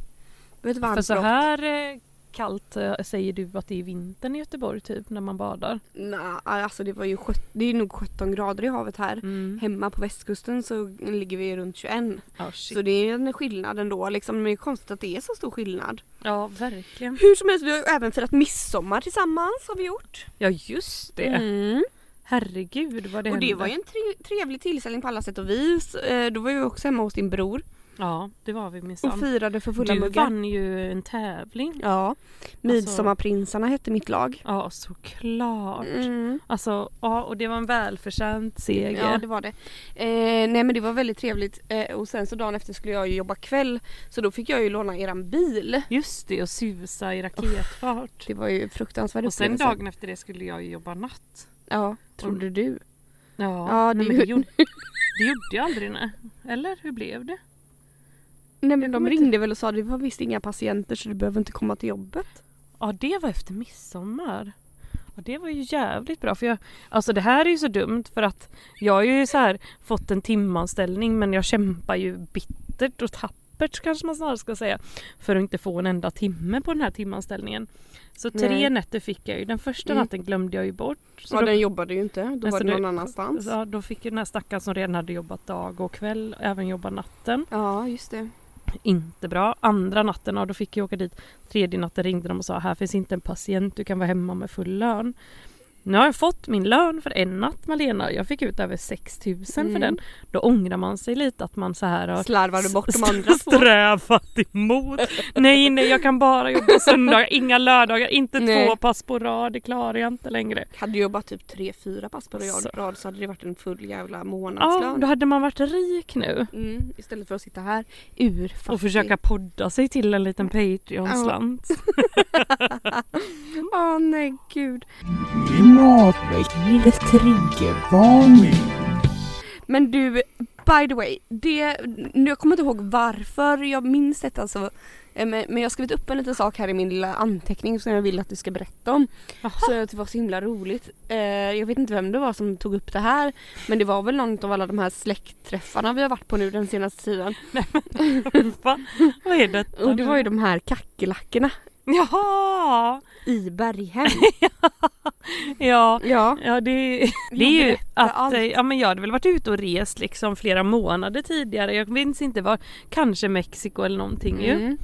[SPEAKER 2] Det var ett varmt
[SPEAKER 1] För så
[SPEAKER 2] brott.
[SPEAKER 1] här eh, kallt eh, säger du att det är vintern i Göteborg typ när man badar.
[SPEAKER 2] Nej, alltså det var ju sjut- det är nog 17 grader i havet här.
[SPEAKER 1] Mm.
[SPEAKER 2] Hemma på västkusten så ligger vi runt 21.
[SPEAKER 1] Ja, shit.
[SPEAKER 2] Så det är en skillnad ändå liksom. Men det är konstigt att det är så stor skillnad.
[SPEAKER 1] ja, verkligen.
[SPEAKER 2] Hur som helst, vi har ju även firat midsommar tillsammans har vi gjort.
[SPEAKER 1] Ja, just det.
[SPEAKER 2] Mm.
[SPEAKER 1] Herregud vad det
[SPEAKER 2] Och det
[SPEAKER 1] hände.
[SPEAKER 2] var ju en tre- trevlig tillställning på alla sätt och vis. Eh, Då var vi också hemma hos din bror
[SPEAKER 1] Ja, det var vi
[SPEAKER 2] och
[SPEAKER 1] minsann.
[SPEAKER 2] firade för fulla
[SPEAKER 1] Du
[SPEAKER 2] muggar.
[SPEAKER 1] vann ju en tävling.
[SPEAKER 2] Ja. Midsommarprinsarna hette mitt lag.
[SPEAKER 1] Ja, såklart.
[SPEAKER 2] Alltså- Mm.
[SPEAKER 1] Alltså, ja, och det var en välförtjänt
[SPEAKER 2] Ja
[SPEAKER 1] seger.
[SPEAKER 2] det var det. Eh, nej men det var väldigt trevligt eh, och sen så dagen efter skulle jag ju jobba kväll så då fick jag ju låna eran bil.
[SPEAKER 1] Just det, och susa i raketfart.
[SPEAKER 2] Det var ju fruktansvärt
[SPEAKER 1] Och sen dagen efter det skulle jag ju jobba natt.
[SPEAKER 2] Ja, trodde du.
[SPEAKER 1] Ja,
[SPEAKER 2] Ja,
[SPEAKER 1] nej, men
[SPEAKER 2] det
[SPEAKER 1] det
[SPEAKER 2] gjorde-
[SPEAKER 1] gjorde, det gjorde jag aldrig. Nej. Eller hur blev det?
[SPEAKER 2] Nej men typ. de
[SPEAKER 1] kommer
[SPEAKER 2] ringde väl och sa det var visst inga patienter så du behöver inte komma till jobbet.
[SPEAKER 1] Ja, det var efter midsommar. Och det var ju jävligt bra för jag, alltså det här är ju så dumt för att jag har ju så här fått en timanställning men jag kämpar ju bittert och tappert kanske man snarare ska säga för att inte få en enda timme på den här timanställningen. Så tre
[SPEAKER 2] Nej.
[SPEAKER 1] nätter fick jag ju, den första
[SPEAKER 2] Mm.
[SPEAKER 1] natten glömde jag ju bort. Så
[SPEAKER 2] ja
[SPEAKER 1] då,
[SPEAKER 2] den jobbade ju inte, då
[SPEAKER 1] Nej,
[SPEAKER 2] var
[SPEAKER 1] så
[SPEAKER 2] det någon
[SPEAKER 1] du-
[SPEAKER 2] annanstans.
[SPEAKER 1] ja, då fick ju den här stackaren som redan hade jobbat dag och kväll även jobba natten.
[SPEAKER 2] Ja just det.
[SPEAKER 1] Inte bra. Andra natten, ja, då fick jag åka dit. Tredje natten ringde de och sa här finns inte en patient, du kan vara hemma med full lön. Nu har jag fått min lön för en natt Malena. Jag fick ut över 6 000
[SPEAKER 2] Mm.
[SPEAKER 1] för den. Då ångrar man sig lite att man så här har
[SPEAKER 2] Slarvade bort de andra två.
[SPEAKER 1] strävat emot. nej, nej, jag kan bara jobba söndagar, inga lördagar, inte
[SPEAKER 2] Nej.
[SPEAKER 1] två pass på rad, det klarar jag inte längre.
[SPEAKER 2] Hade jag jobbat typ tre fyra pass på rad
[SPEAKER 1] Så.
[SPEAKER 2] rad så hade det varit en full jävla
[SPEAKER 1] Ja,
[SPEAKER 2] månadslön.
[SPEAKER 1] då hade man varit rik nu
[SPEAKER 2] Mm, istället för att sitta här urfattig.
[SPEAKER 1] och försöka podda sig till en liten Patreon-slant.
[SPEAKER 2] Åh nej gud.
[SPEAKER 4] Klimatväckningens triggervarning.
[SPEAKER 2] Men du, by the way, det, nu, jag kommer inte ihåg varför jag minns detta alltså. Eh, Men, men jag har skrivit upp en liten sak här i min lilla anteckning som jag vill att du ska berätta om.
[SPEAKER 1] Jaha.
[SPEAKER 2] Så jag tyckte det var så himla roligt. Eh, jag vet inte vem det var som tog upp det här men det var väl någon av alla de här släktträffarna vi har varit på nu den senaste tiden.
[SPEAKER 1] Va? Vad är detta?
[SPEAKER 2] Och det
[SPEAKER 1] nu?
[SPEAKER 2] var ju de här kackerlackorna
[SPEAKER 1] Jaha!
[SPEAKER 2] i Berghem.
[SPEAKER 1] Ja,
[SPEAKER 2] ja.
[SPEAKER 1] ja det, det är ju att eh, ja, men jag hade väl varit ute och rest liksom flera månader tidigare. Jag minns inte var, kanske Mexiko eller någonting ju.
[SPEAKER 2] Mm.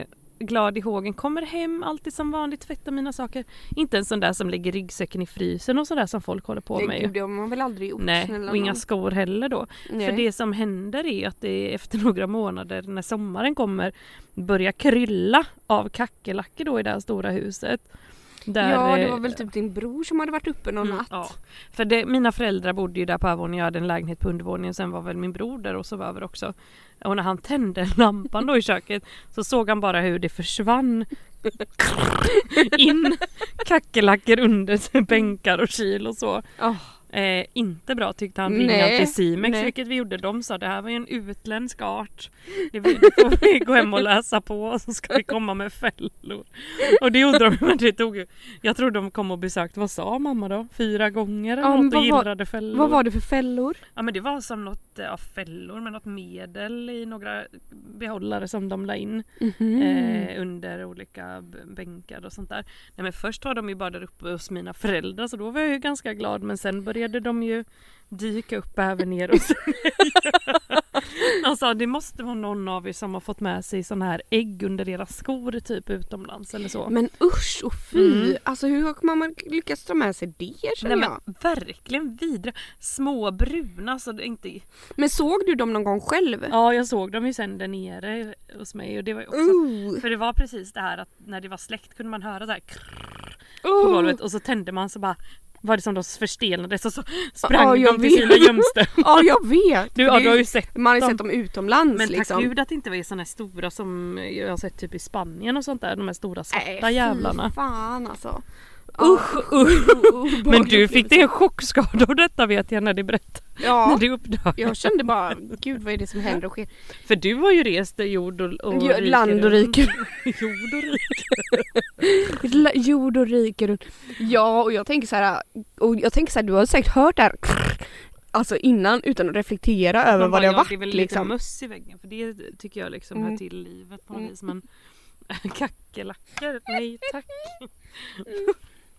[SPEAKER 1] Eh, glad i hågen, kommer hem alltid som vanligt, tvättar mina saker. Inte en sån där som lägger ryggsäcken i frysen och sådär som folk håller på
[SPEAKER 2] Nej,
[SPEAKER 1] med.
[SPEAKER 2] gud,
[SPEAKER 1] ju.
[SPEAKER 2] det har man väl aldrig gjort?
[SPEAKER 1] Nej,
[SPEAKER 2] snälla
[SPEAKER 1] och inga
[SPEAKER 2] nån.
[SPEAKER 1] skor heller då.
[SPEAKER 2] Nej.
[SPEAKER 1] För det som händer är att det efter några månader när sommaren kommer börjar krylla av kackerlackor då i det här stora huset. Där,
[SPEAKER 2] ja, det
[SPEAKER 1] eh,
[SPEAKER 2] var väl typ din bror som hade varit uppe någon
[SPEAKER 1] mm,
[SPEAKER 2] natt.
[SPEAKER 1] Ja. För det, mina föräldrar bodde ju där på övervåningen, jag hade en lägenhet på undervåningen sen var väl min bror där och sov över också. Och när han tände lampan då i köket så såg han bara hur det försvann in kackerlackor under bänkar och kyl och så.
[SPEAKER 2] Åh.
[SPEAKER 1] Eh, inte bra tyckte han. Ring
[SPEAKER 2] Nej,
[SPEAKER 1] alltid Simex
[SPEAKER 2] nej.
[SPEAKER 1] vilket vi gjorde. De sa det här var ju en utländsk art. Det vi- det får vi gå hem och läsa på så ska vi komma med fällor. Och det gjorde de. Men det tog ju. Jag tror de kom och besökte, vad sa mamma då? Fyra gånger eller
[SPEAKER 2] Ja, men
[SPEAKER 1] något och
[SPEAKER 2] vad var-
[SPEAKER 1] gillrade fällor.
[SPEAKER 2] Vad var det för fällor?
[SPEAKER 1] Ja men det var som något, eh, ja, fällor med något medel i några behållare som de la in eh, under olika b- bänkar och sånt där. Nej men först var de ju bara där uppe hos mina föräldrar så då var jag ju ganska glad men sen började de ju dyka upp även ner hos mig. alltså det måste vara någon av er som har fått med sig sådana här ägg under era skor typ utomlands eller så.
[SPEAKER 2] Men usch och fy!
[SPEAKER 1] Mm.
[SPEAKER 2] Alltså hur har man- man lyckats ta med sig det känner
[SPEAKER 1] Nej men
[SPEAKER 2] jag?
[SPEAKER 1] verkligen vidra. Små bruna så det inte...
[SPEAKER 2] Men såg du dem någon gång själv?
[SPEAKER 1] Ja jag såg dem ju sen där nere hos mig och det var ju också
[SPEAKER 2] Uh,
[SPEAKER 1] För det var precis det här att när det var släkt kunde man höra det här krr på
[SPEAKER 2] uh.
[SPEAKER 1] golvet och så tände man så bara var det som de förstelnades och så sprang
[SPEAKER 2] Ja, jag
[SPEAKER 1] de till sina
[SPEAKER 2] vet.
[SPEAKER 1] gömställen.
[SPEAKER 2] Ja jag vet!
[SPEAKER 1] Du, ja, du har ju sett
[SPEAKER 2] Man har ju
[SPEAKER 1] dem.
[SPEAKER 2] sett dem utomlands
[SPEAKER 1] Men tack
[SPEAKER 2] liksom.
[SPEAKER 1] gud att det inte var sådana här stora som jag har sett typ i Spanien och sånt där. De här stora svarta
[SPEAKER 2] Nej, Äh, fy
[SPEAKER 1] jävlarna.
[SPEAKER 2] fan alltså.
[SPEAKER 1] Usch, usch. Men du fick dig en chockskada av detta vet jag när det berättade. När
[SPEAKER 2] Ja,
[SPEAKER 1] det uppdagades.
[SPEAKER 2] jag kände bara gud vad är det som händer och sker.
[SPEAKER 1] För du har ju rest jord och, och
[SPEAKER 2] Jo, land och rike
[SPEAKER 1] Jord och rike.
[SPEAKER 2] La- Jord och rike runt. Ja, och jag tänker så här, och jag tänker så här, du har säkert hört det här alltså innan utan att reflektera över
[SPEAKER 1] Man
[SPEAKER 2] vad
[SPEAKER 1] bara,
[SPEAKER 2] det har
[SPEAKER 1] ja,
[SPEAKER 2] varit
[SPEAKER 1] Det är väl
[SPEAKER 2] liksom.
[SPEAKER 1] lite möss i väggen för det tycker jag liksom
[SPEAKER 2] Mm.
[SPEAKER 1] hör till livet på något
[SPEAKER 2] Mm.
[SPEAKER 1] vis. Men kackerlackor, nej tack.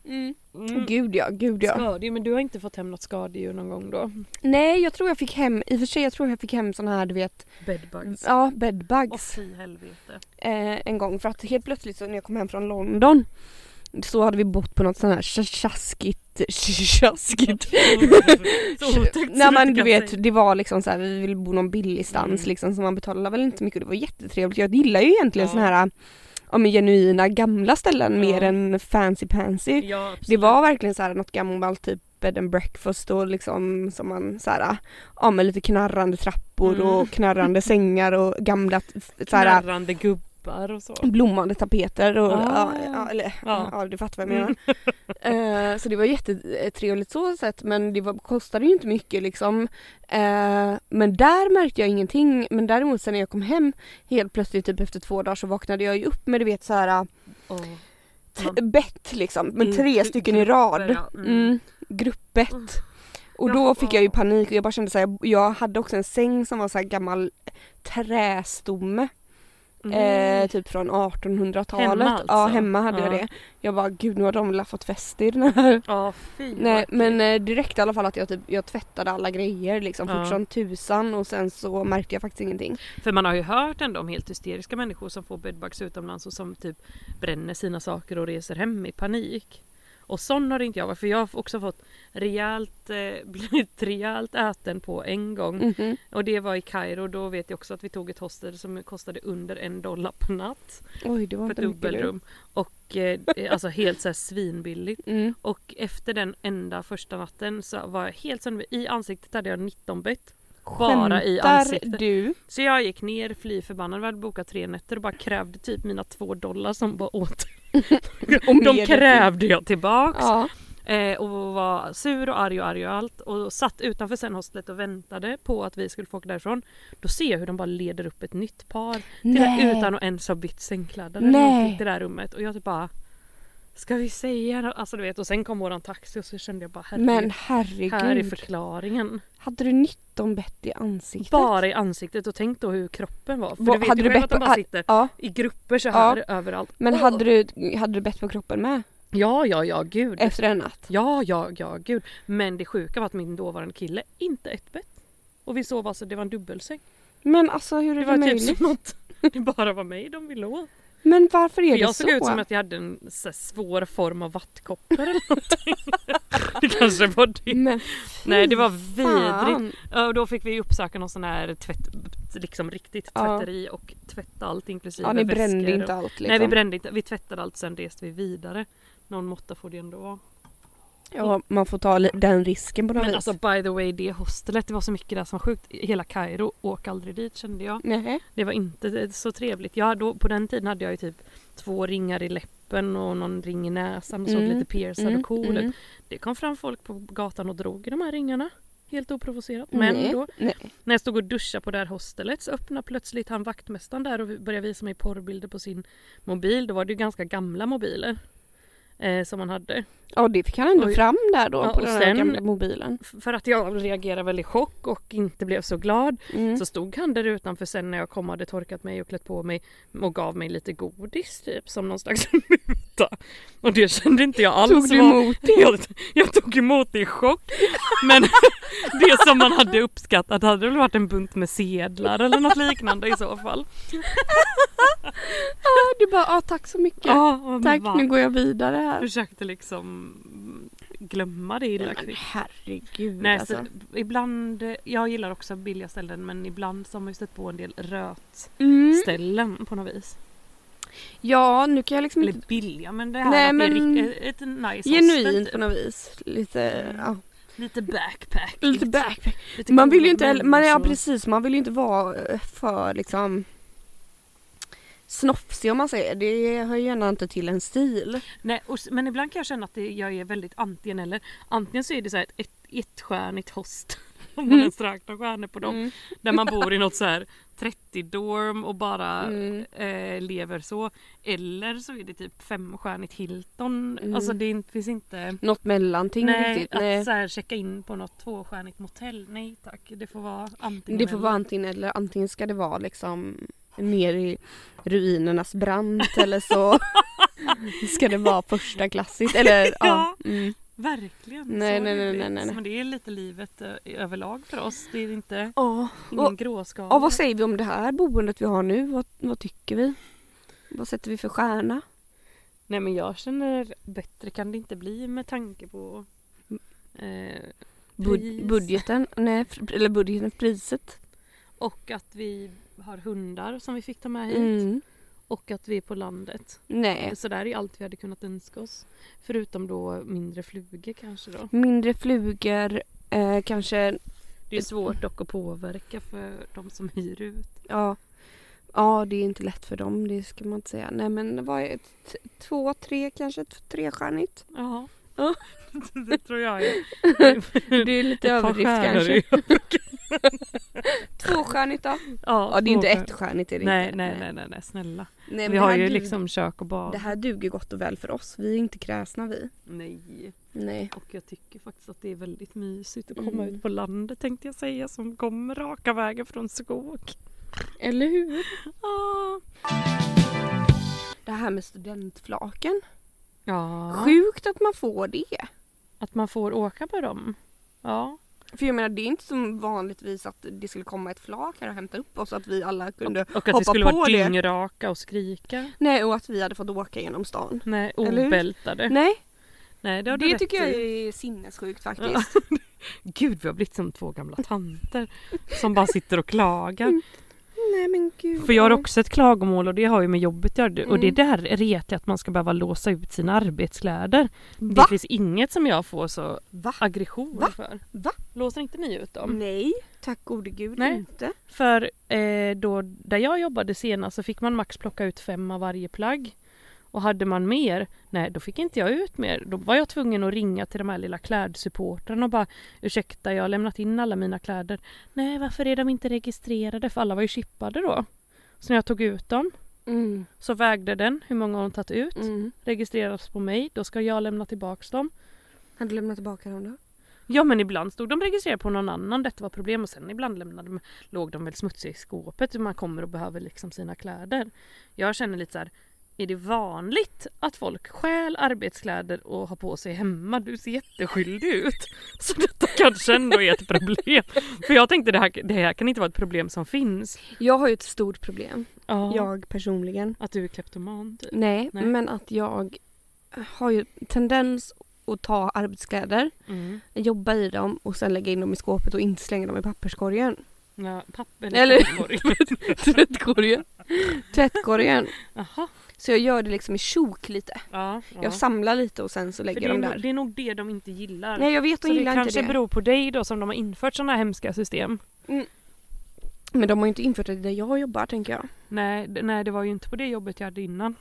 [SPEAKER 2] Mm.
[SPEAKER 1] Mm.
[SPEAKER 2] Gud ja, gud ja.
[SPEAKER 1] Skadedjur, men du har inte fått hem något skadedjur någon gång då?
[SPEAKER 2] Nej, jag tror jag fick hem, i och för sig jag tror jag fick hem såna här du vet,
[SPEAKER 1] Bedbugs.
[SPEAKER 2] ja
[SPEAKER 1] Åh
[SPEAKER 2] bedbugs
[SPEAKER 1] fy helvete.
[SPEAKER 2] eh, en gång för att helt plötsligt så när jag kom hem från London så hade vi bott på något sånt här tjaskigt, tjaskigt
[SPEAKER 1] Så otäckt så
[SPEAKER 2] Nej men
[SPEAKER 1] inte
[SPEAKER 2] du
[SPEAKER 1] kan
[SPEAKER 2] vet,
[SPEAKER 1] säga.
[SPEAKER 2] det var liksom så här, vi ville bo någon billigstans
[SPEAKER 1] Mm.
[SPEAKER 2] liksom så man betalade väl inte mycket och det var jättetrevligt. Jag gillar ju egentligen
[SPEAKER 1] Ja.
[SPEAKER 2] såna här ja, men, genuina gamla ställen
[SPEAKER 1] Ja.
[SPEAKER 2] mer än fancy pansy.
[SPEAKER 1] Ja,
[SPEAKER 2] Det
[SPEAKER 1] absolut.
[SPEAKER 2] var verkligen så här något gammalt typ bed and breakfast och liksom som man så här, ja men lite knarrande trappor
[SPEAKER 1] Mm.
[SPEAKER 2] och knarrande sängar och gamla så här, Mm.
[SPEAKER 1] knarrande gubbar och så.
[SPEAKER 2] blommande tapeter och
[SPEAKER 1] Ah.
[SPEAKER 2] ja, ja, eller,
[SPEAKER 1] Ja. Mm.
[SPEAKER 2] ja. du fattar vad jag menar. Eh, så det var jättetrevligt så sett men det var, kostade ju inte mycket liksom. Eh, men där märkte jag ingenting men däremot sen när jag kom hem helt plötsligt typ efter två dagar så vaknade jag ju upp med du vet så här
[SPEAKER 1] Åh.
[SPEAKER 2] t- bett liksom med
[SPEAKER 1] Mm,
[SPEAKER 2] tre
[SPEAKER 1] gru-
[SPEAKER 2] stycken i rad.
[SPEAKER 1] grupper, ja. Mm.
[SPEAKER 2] Mm, gruppbett.
[SPEAKER 1] Mm.
[SPEAKER 2] Och då
[SPEAKER 1] Ja,
[SPEAKER 2] fick jag ju
[SPEAKER 1] ja.
[SPEAKER 2] panik och jag bara kände så här, jag- jag hade också en säng som var så här gammal trästomme. Eh, typ från 1800-talet.
[SPEAKER 1] Mm. Hemma alltså?
[SPEAKER 2] Ja, hemma hade jag
[SPEAKER 1] Ja.
[SPEAKER 2] det. Jag bara, gud nu har de väl fått fäste i den här.
[SPEAKER 1] Ja, fy.
[SPEAKER 2] Nej men eh, det räckte i alla fall att jag, typ, jag tvättade alla grejer liksom
[SPEAKER 1] Ja.
[SPEAKER 2] fort som tusan och sen så märkte jag faktiskt ingenting.
[SPEAKER 1] För man har ju hört ändå om helt hysteriska människor som får bedbugs utomlands och som typ bränner sina saker och reser hem i panik. Och sån har inte jag varit för jag har också fått rejält, eh, blivit rejält äten på en gång.
[SPEAKER 2] Mhm.
[SPEAKER 1] Och det var i Kairo, då vet jag också att vi tog ett hostel som kostade under en dollar per natt.
[SPEAKER 2] Oj det var
[SPEAKER 1] För
[SPEAKER 2] inte mycket nu.
[SPEAKER 1] dubbelrum. Och eh, alltså helt så här svinbilligt.
[SPEAKER 2] Mm.
[SPEAKER 1] Och efter den enda första natten så var jag helt sönder. I ansiktet hade jag 19 bett. Bara i
[SPEAKER 2] Skämtar
[SPEAKER 1] ansiktet.
[SPEAKER 2] du?
[SPEAKER 1] Så jag gick ner fly förbannad, vi hade bokat tre nätter och bara krävde typ mina två dollar som var åt.
[SPEAKER 2] Och
[SPEAKER 1] De
[SPEAKER 2] mer
[SPEAKER 1] krävde jag tillbaks.
[SPEAKER 2] typ- Ja.
[SPEAKER 1] Eh, och var sur och arg och arg och allt. Och satt utanför sen hostlet och väntade på att vi skulle få åka därifrån. Då ser jag hur de bara leder upp ett nytt par. Till
[SPEAKER 2] Nej.
[SPEAKER 1] utan att ens ha bytt sängkläder
[SPEAKER 2] Nej.
[SPEAKER 1] eller någonting till det där rummet. Och jag typ bara Ska vi säga något? Alltså du vet och sen kom våran taxi och så kände jag bara herregud.
[SPEAKER 2] Men
[SPEAKER 1] här är
[SPEAKER 2] herregud.
[SPEAKER 1] förklaringen.
[SPEAKER 2] Hade du 19 bett i ansiktet?
[SPEAKER 1] Bara i ansiktet och tänk då hur kroppen var. För
[SPEAKER 2] Vad-
[SPEAKER 1] du vet
[SPEAKER 2] hade
[SPEAKER 1] ju
[SPEAKER 2] du
[SPEAKER 1] själv
[SPEAKER 2] bett
[SPEAKER 1] att de
[SPEAKER 2] på-
[SPEAKER 1] bara sitter
[SPEAKER 2] Ja.
[SPEAKER 1] i grupper så här överallt.
[SPEAKER 2] Men hade du, hade du bett på kroppen med?
[SPEAKER 1] Ja, ja, ja, gud.
[SPEAKER 2] Efter en natt?
[SPEAKER 1] Ja, ja, ja, gud. Men det sjuka var att min dåvarande kille inte ett bett. Och vi sov alltså, det var en dubbelsäng.
[SPEAKER 2] Men alltså hur är
[SPEAKER 1] Det
[SPEAKER 2] det,
[SPEAKER 1] var typ
[SPEAKER 2] möjligt?
[SPEAKER 1] som att det bara var mig de ville åt.
[SPEAKER 2] Men varför är
[SPEAKER 1] För
[SPEAKER 2] det
[SPEAKER 1] jag
[SPEAKER 2] så?
[SPEAKER 1] såg ut som att jag hade en så här, svår form av vattkoppor eller någonting. det kanske var det.
[SPEAKER 2] Men
[SPEAKER 1] Nej, det var
[SPEAKER 2] fan.
[SPEAKER 1] vidrigt. Ja, Och då fick vi uppsöka någon sån här tvätt, liksom riktigt
[SPEAKER 2] Ja.
[SPEAKER 1] tvätteri och tvätta allt inklusive
[SPEAKER 2] Ja, ni
[SPEAKER 1] väskor
[SPEAKER 2] brände
[SPEAKER 1] och-
[SPEAKER 2] inte allt liksom.
[SPEAKER 1] Nej, vi brände inte. Vi tvättade allt sen reste vi vidare. Någon måtta får det ändå vara.
[SPEAKER 2] Ja, man får ta li- den risken på något
[SPEAKER 1] Men
[SPEAKER 2] vis.
[SPEAKER 1] alltså by the way det hostelet, det var så mycket där som var sjukt. Hela Kairo, åk aldrig dit kände jag.
[SPEAKER 2] Nej.
[SPEAKER 1] Det var inte så trevligt. Jag, hade- då, på den tiden hade jag ju typ två ringar i läppen och någon ring i näsan och såg
[SPEAKER 2] Mm,
[SPEAKER 1] lite piercad
[SPEAKER 2] Mm,
[SPEAKER 1] och cool
[SPEAKER 2] mm.
[SPEAKER 1] ut. Det kom fram folk på gatan och drog i de här ringarna. Helt oprovocerat. Men
[SPEAKER 2] Mm, nej,
[SPEAKER 1] då,
[SPEAKER 2] Nej.
[SPEAKER 1] när jag stod och duschade på det här hostelet så öppnade plötsligt han vaktmästaren där och började visa mig porrbilder på sin mobil. Då var det ju ganska gamla mobiler. Eh, som han hade.
[SPEAKER 2] Ja, det fick han ändå
[SPEAKER 1] Oj.
[SPEAKER 2] fram där då
[SPEAKER 1] Ja,
[SPEAKER 2] på
[SPEAKER 1] och
[SPEAKER 2] den här
[SPEAKER 1] sen-
[SPEAKER 2] gamla mobilen.
[SPEAKER 1] F- För att jag reagerade väldigt chock och inte blev så glad
[SPEAKER 2] Mm.
[SPEAKER 1] Så stod han där utanför sen när jag kom och hade torkat mig och klätt på mig och gav mig lite godis typ som någon slags muta. Och det kände inte jag alls
[SPEAKER 2] Tog du
[SPEAKER 1] var-
[SPEAKER 2] emot
[SPEAKER 1] Jag, jag tog emot det i chock. Men det som man hade uppskattat hade väl varit en bunt med sedlar eller något liknande i så fall.
[SPEAKER 2] Ja, du bara, ja tack så mycket.
[SPEAKER 1] Ja,
[SPEAKER 2] tack,
[SPEAKER 1] va?
[SPEAKER 2] nu går jag vidare här.
[SPEAKER 1] Försökte liksom glömma det illa
[SPEAKER 2] Men
[SPEAKER 1] kvickt.
[SPEAKER 2] herregud
[SPEAKER 1] Nej,
[SPEAKER 2] alltså.
[SPEAKER 1] så ibland, jag gillar också billiga ställen men ibland så har man ju stött på en del rötställen
[SPEAKER 2] Mm.
[SPEAKER 1] på något vis.
[SPEAKER 2] Ja, nu kan jag liksom
[SPEAKER 1] Eller
[SPEAKER 2] inte...
[SPEAKER 1] billiga men det här
[SPEAKER 2] Nej,
[SPEAKER 1] att det är
[SPEAKER 2] men-
[SPEAKER 1] rikt- ett nice hostel,
[SPEAKER 2] Genuint
[SPEAKER 1] typ.
[SPEAKER 2] på något vis. Lite, ja.
[SPEAKER 1] Lite backpack.
[SPEAKER 2] Lite backpack.
[SPEAKER 1] Mm. lite
[SPEAKER 2] Man vill
[SPEAKER 1] coola
[SPEAKER 2] ju inte, heller- man, ja
[SPEAKER 1] människor.
[SPEAKER 2] precis, man vill ju inte vara eh, för liksom snofsig om man säger. Det hör ju gärna inte till en stil.
[SPEAKER 1] Nej, och, s- men ibland kan jag känna att det, jag är väldigt antingen eller. Antingen så är det så här ett- ett ettstjärnigt host. Om
[SPEAKER 2] Mm.
[SPEAKER 1] man ens räknar stjärnor på dem. Där man bor i något så här 30-dorm och bara
[SPEAKER 2] Mm.
[SPEAKER 1] eh, lever så. Eller så är det typ femstjärnigt Hilton. Alltså det är- finns inte...
[SPEAKER 2] Något mellanting
[SPEAKER 1] Nej,
[SPEAKER 2] Mm. riktigt.
[SPEAKER 1] att
[SPEAKER 2] Nej.
[SPEAKER 1] Så här, checka in på något tvåstjärnigt motell. Nej tack, det får vara antingen
[SPEAKER 2] Det får
[SPEAKER 1] eller.
[SPEAKER 2] vara antingen eller. Antingen ska det vara liksom mer i ruinernas brant eller så ska det vara första klassigt. Eller, ja.
[SPEAKER 1] Ja.
[SPEAKER 2] mm.
[SPEAKER 1] Verkligen.
[SPEAKER 2] Nej,
[SPEAKER 1] så
[SPEAKER 2] nej, nej,
[SPEAKER 1] ljuvligt.
[SPEAKER 2] nej, nej, nej.
[SPEAKER 1] Men det är lite livet eh, överlag för oss. Det är inte
[SPEAKER 2] Åh,
[SPEAKER 1] ingen
[SPEAKER 2] och-
[SPEAKER 1] gråskala.
[SPEAKER 2] och vad säger vi om det här boendet vi har nu? Vad, vad tycker vi? Vad sätter vi för stjärna?
[SPEAKER 1] Nej men jag känner bättre kan det inte bli med tanke på eh,
[SPEAKER 2] Bud-
[SPEAKER 1] Pris.
[SPEAKER 2] budgeten? Nej, fr- eller budgeten, priset.
[SPEAKER 1] och att vi har hundar som vi fick ta med hit
[SPEAKER 2] Mm.
[SPEAKER 1] och att vi är på landet.
[SPEAKER 2] Nej.
[SPEAKER 1] Så där är allt vi hade kunnat önska oss. Förutom då mindre flugor kanske då.
[SPEAKER 2] Mindre flugor, eh, kanske
[SPEAKER 1] Det är svårt dock att påverka för de som hyr ut.
[SPEAKER 2] Ja. ja, det är inte lätt för dem, det ska man inte säga. Nej men vad är t- två, tre kanske, t- trestjärnigt?
[SPEAKER 1] Ja.
[SPEAKER 2] Ja.
[SPEAKER 1] det tror jag är.
[SPEAKER 2] Det är lite
[SPEAKER 1] Mm. Ett par
[SPEAKER 2] överdrift
[SPEAKER 1] stjärnor
[SPEAKER 2] kanske.
[SPEAKER 1] i-
[SPEAKER 2] Tvåstjärnigt då?
[SPEAKER 1] Ja,
[SPEAKER 2] Ja, det är inte
[SPEAKER 1] småstjärnor.
[SPEAKER 2] ettstjärnigt. är det
[SPEAKER 1] Nej,
[SPEAKER 2] inte.
[SPEAKER 1] nej, nej, nej, nej, snälla.
[SPEAKER 2] Nej, men
[SPEAKER 1] vi
[SPEAKER 2] det
[SPEAKER 1] har
[SPEAKER 2] här
[SPEAKER 1] ju
[SPEAKER 2] dug-
[SPEAKER 1] liksom kök och
[SPEAKER 2] Det
[SPEAKER 1] bad.
[SPEAKER 2] här duger gott och väl för oss, vi är inte kräsna vi.
[SPEAKER 1] Nej,
[SPEAKER 2] Nej.
[SPEAKER 1] och jag tycker faktiskt att det är väldigt mysigt att komma
[SPEAKER 2] Mm.
[SPEAKER 1] ut på landet tänkte jag säga som kommer raka vägen från skog.
[SPEAKER 2] Eller hur?
[SPEAKER 1] Ah.
[SPEAKER 2] Det här med studentflaken.
[SPEAKER 1] Ja,
[SPEAKER 2] Sjukt att man får det.
[SPEAKER 1] att man får åka på dem. Ja,
[SPEAKER 2] För jag menar det är inte som vanligtvis att det skulle komma ett flak här och hämta upp oss att vi alla kunde
[SPEAKER 1] och att vi
[SPEAKER 2] hoppa
[SPEAKER 1] skulle
[SPEAKER 2] på
[SPEAKER 1] vara
[SPEAKER 2] det.
[SPEAKER 1] dyngraka och skrika.
[SPEAKER 2] Nej och att vi hade fått åka genom stan.
[SPEAKER 1] Nej,
[SPEAKER 2] Eller hur?
[SPEAKER 1] obältade.
[SPEAKER 2] Nej,
[SPEAKER 1] Nej, Eh, det har du
[SPEAKER 2] det
[SPEAKER 1] rätt
[SPEAKER 2] tycker jag
[SPEAKER 1] i.
[SPEAKER 2] är sinnessjukt faktiskt.
[SPEAKER 1] Ja. Gud, vi har blivit som två gamla tanter som bara sitter och klagar.
[SPEAKER 2] Nej men gud.
[SPEAKER 1] För jag har också ett klagomål och det har ju med jobbet att göra. Och det
[SPEAKER 2] Mm.
[SPEAKER 1] där retar jag att man ska behöva låsa ut sina arbetskläder.
[SPEAKER 2] Va?
[SPEAKER 1] Det finns inget som jag får så
[SPEAKER 2] Va?
[SPEAKER 1] aggression
[SPEAKER 2] Va?
[SPEAKER 1] för.
[SPEAKER 2] Va?
[SPEAKER 1] Låser inte ni ut dem?
[SPEAKER 2] Mm. Nej, tack gode gud
[SPEAKER 1] Nej.
[SPEAKER 2] inte.
[SPEAKER 1] För eh, då, där jag jobbade senast så fick man max plocka ut fem av varje plagg. Och hade man mer, nej då fick inte jag ut mer. Då var jag tvungen att ringa till de här lilla klädsupportrarna och bara ursäkta jag har lämnat in alla mina kläder. Nej varför är de inte registrerade? För alla var ju chippade då. Så när jag tog ut dem
[SPEAKER 2] Mm.
[SPEAKER 1] så vägde den hur många hon tagit ut.
[SPEAKER 2] Mm.
[SPEAKER 1] Registreras på mig, då ska jag lämna tillbaks dem.
[SPEAKER 2] Hade du lämnat tillbaka dem då?
[SPEAKER 1] Ja men ibland stod de registrerade på någon annan, detta var problem och sen ibland lämnade de, låg de väl smutsiga i skåpet och man kommer och behöver liksom sina kläder. Jag känner lite så här. Är det vanligt att folk stjäl arbetskläder och har på sig hemma? Du ser jätteskyldig ut. Så detta kanske ändå är ett problem. För jag tänkte det här, det här kan inte vara ett problem som finns.
[SPEAKER 2] Jag har ju ett stort problem.
[SPEAKER 1] Ja.
[SPEAKER 2] Jag personligen.
[SPEAKER 1] Att du är kleptoman typ.
[SPEAKER 2] Nej,
[SPEAKER 1] Nej.
[SPEAKER 2] men att jag har ju tendens att ta arbetskläder,
[SPEAKER 1] Mm.
[SPEAKER 2] jobba i dem och sen lägga in dem i skåpet och inte slänga dem i papperskorgen.
[SPEAKER 1] Ja, papper
[SPEAKER 2] Eller-
[SPEAKER 1] korg.
[SPEAKER 2] Tvättkorgen. Tvättkorgen.
[SPEAKER 1] Jaha.
[SPEAKER 2] Så jag gör det liksom i tjok lite.
[SPEAKER 1] Ja, ja.
[SPEAKER 2] Jag samlar lite och sen så
[SPEAKER 1] För
[SPEAKER 2] lägger
[SPEAKER 1] det,
[SPEAKER 2] jag
[SPEAKER 1] är
[SPEAKER 2] dem
[SPEAKER 1] nog,
[SPEAKER 2] där.
[SPEAKER 1] det är nog det de inte gillar.
[SPEAKER 2] Nej jag vet,
[SPEAKER 1] Så
[SPEAKER 2] de
[SPEAKER 1] det
[SPEAKER 2] gillar inte det.
[SPEAKER 1] kanske beror på dig då som de har infört sådana här hemska system.
[SPEAKER 2] Men de har ju inte infört det där jag jobbar tänker jag.
[SPEAKER 1] Nej, d- nej det var ju inte på det jobbet jag hade innan.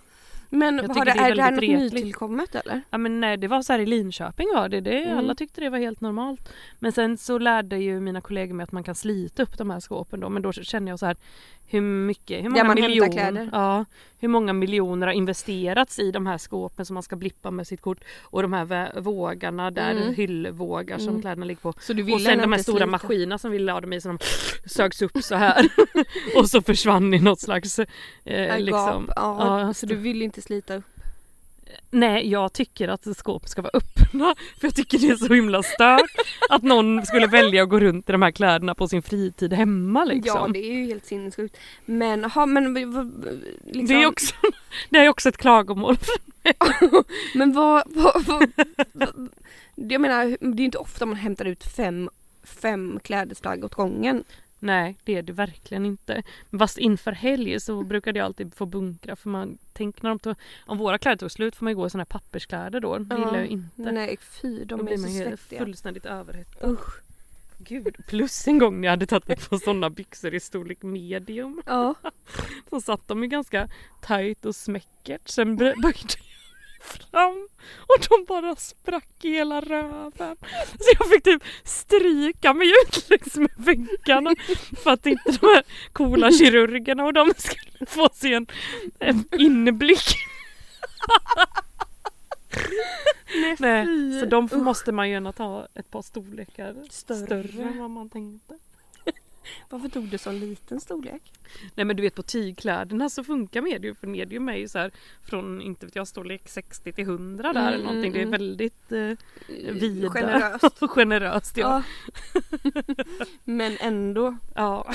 [SPEAKER 2] Men
[SPEAKER 1] Jag
[SPEAKER 2] har
[SPEAKER 1] tycker
[SPEAKER 2] det,
[SPEAKER 1] det är
[SPEAKER 2] är det här något
[SPEAKER 1] väldigt retligt.
[SPEAKER 2] nytillkommet eller?
[SPEAKER 1] Ja men nej, det var så här i Linköping var det. det
[SPEAKER 2] Mm.
[SPEAKER 1] Alla tyckte det var helt normalt. Men sen så lärde ju mina kollegor mig att man kan slita upp de här skåpen då. Men då känner jag så här hur mycket, hur
[SPEAKER 2] Där
[SPEAKER 1] många
[SPEAKER 2] man hämtar
[SPEAKER 1] miljoner,
[SPEAKER 2] kläder.
[SPEAKER 1] ja, hur många miljoner har investerats i de här skåpen som man ska blippa med sitt kort. Och de här vä- vågarna där,
[SPEAKER 2] Mm.
[SPEAKER 1] hyllvågar som
[SPEAKER 2] Mm.
[SPEAKER 1] kläderna ligger på.
[SPEAKER 2] Så du
[SPEAKER 1] Och sen de här stora maskinerna som ville ha dem i så de sögs upp så här och så försvann i något slags... Eh, liksom.
[SPEAKER 2] Äh, ja,
[SPEAKER 1] Ja,
[SPEAKER 2] så du vill inte slita upp.
[SPEAKER 1] Nej, jag tycker att skåp ska vara öppna för jag tycker det är så himla stört att någon skulle välja att gå runt i de här kläderna på sin fritid hemma liksom.
[SPEAKER 2] Ja det är ju helt sinnessjukt. Men, ha, men, v- v- liksom,
[SPEAKER 1] Det är också, det är också ett klagomål.
[SPEAKER 2] men vad, vad, vad, vad Jag menar det är inte ofta man hämtar ut fem, fem klädesplagg åt gången.
[SPEAKER 1] Nej, det är det verkligen inte. Fast inför helg så brukade jag alltid få bunkra för man tänk när de tog, om våra kläder tog slut får man ju gå i sådana här papperskläder då. Det
[SPEAKER 2] Ja.
[SPEAKER 1] gillar jag inte.
[SPEAKER 2] Nej fy de
[SPEAKER 1] Då
[SPEAKER 2] är
[SPEAKER 1] blir
[SPEAKER 2] så
[SPEAKER 1] man ju
[SPEAKER 2] svettiga.
[SPEAKER 1] fullständigt överhettad.
[SPEAKER 2] Usch.
[SPEAKER 1] Gud, plus en gång när jag hade tagit ett par sådana byxor i storlek medium.
[SPEAKER 2] Ja.
[SPEAKER 1] Så satt de ju ganska tajt och smäckert. Sen bö- böjde jag fram och de bara sprack i hela röven. Så jag fick typ stryka mig ut längs med väggarna för att inte de här coola kirurgerna och de skulle få se en, en inblick. Nej, så de får- måste man ju gärna ta ett par storlekar
[SPEAKER 2] Större.
[SPEAKER 1] större än vad man tänkte.
[SPEAKER 2] Varför tog du så liten storlek?
[SPEAKER 1] Nej men du vet på tygkläderna så funkar medium för medium är ju så här från inte vet jag storlek 60 till 100 där
[SPEAKER 2] Mm,
[SPEAKER 1] eller någonting. Det är
[SPEAKER 2] mm,
[SPEAKER 1] väldigt eh, vida.
[SPEAKER 2] Generöst.
[SPEAKER 1] generöst ja.
[SPEAKER 2] Ja. Men ändå.
[SPEAKER 1] ja.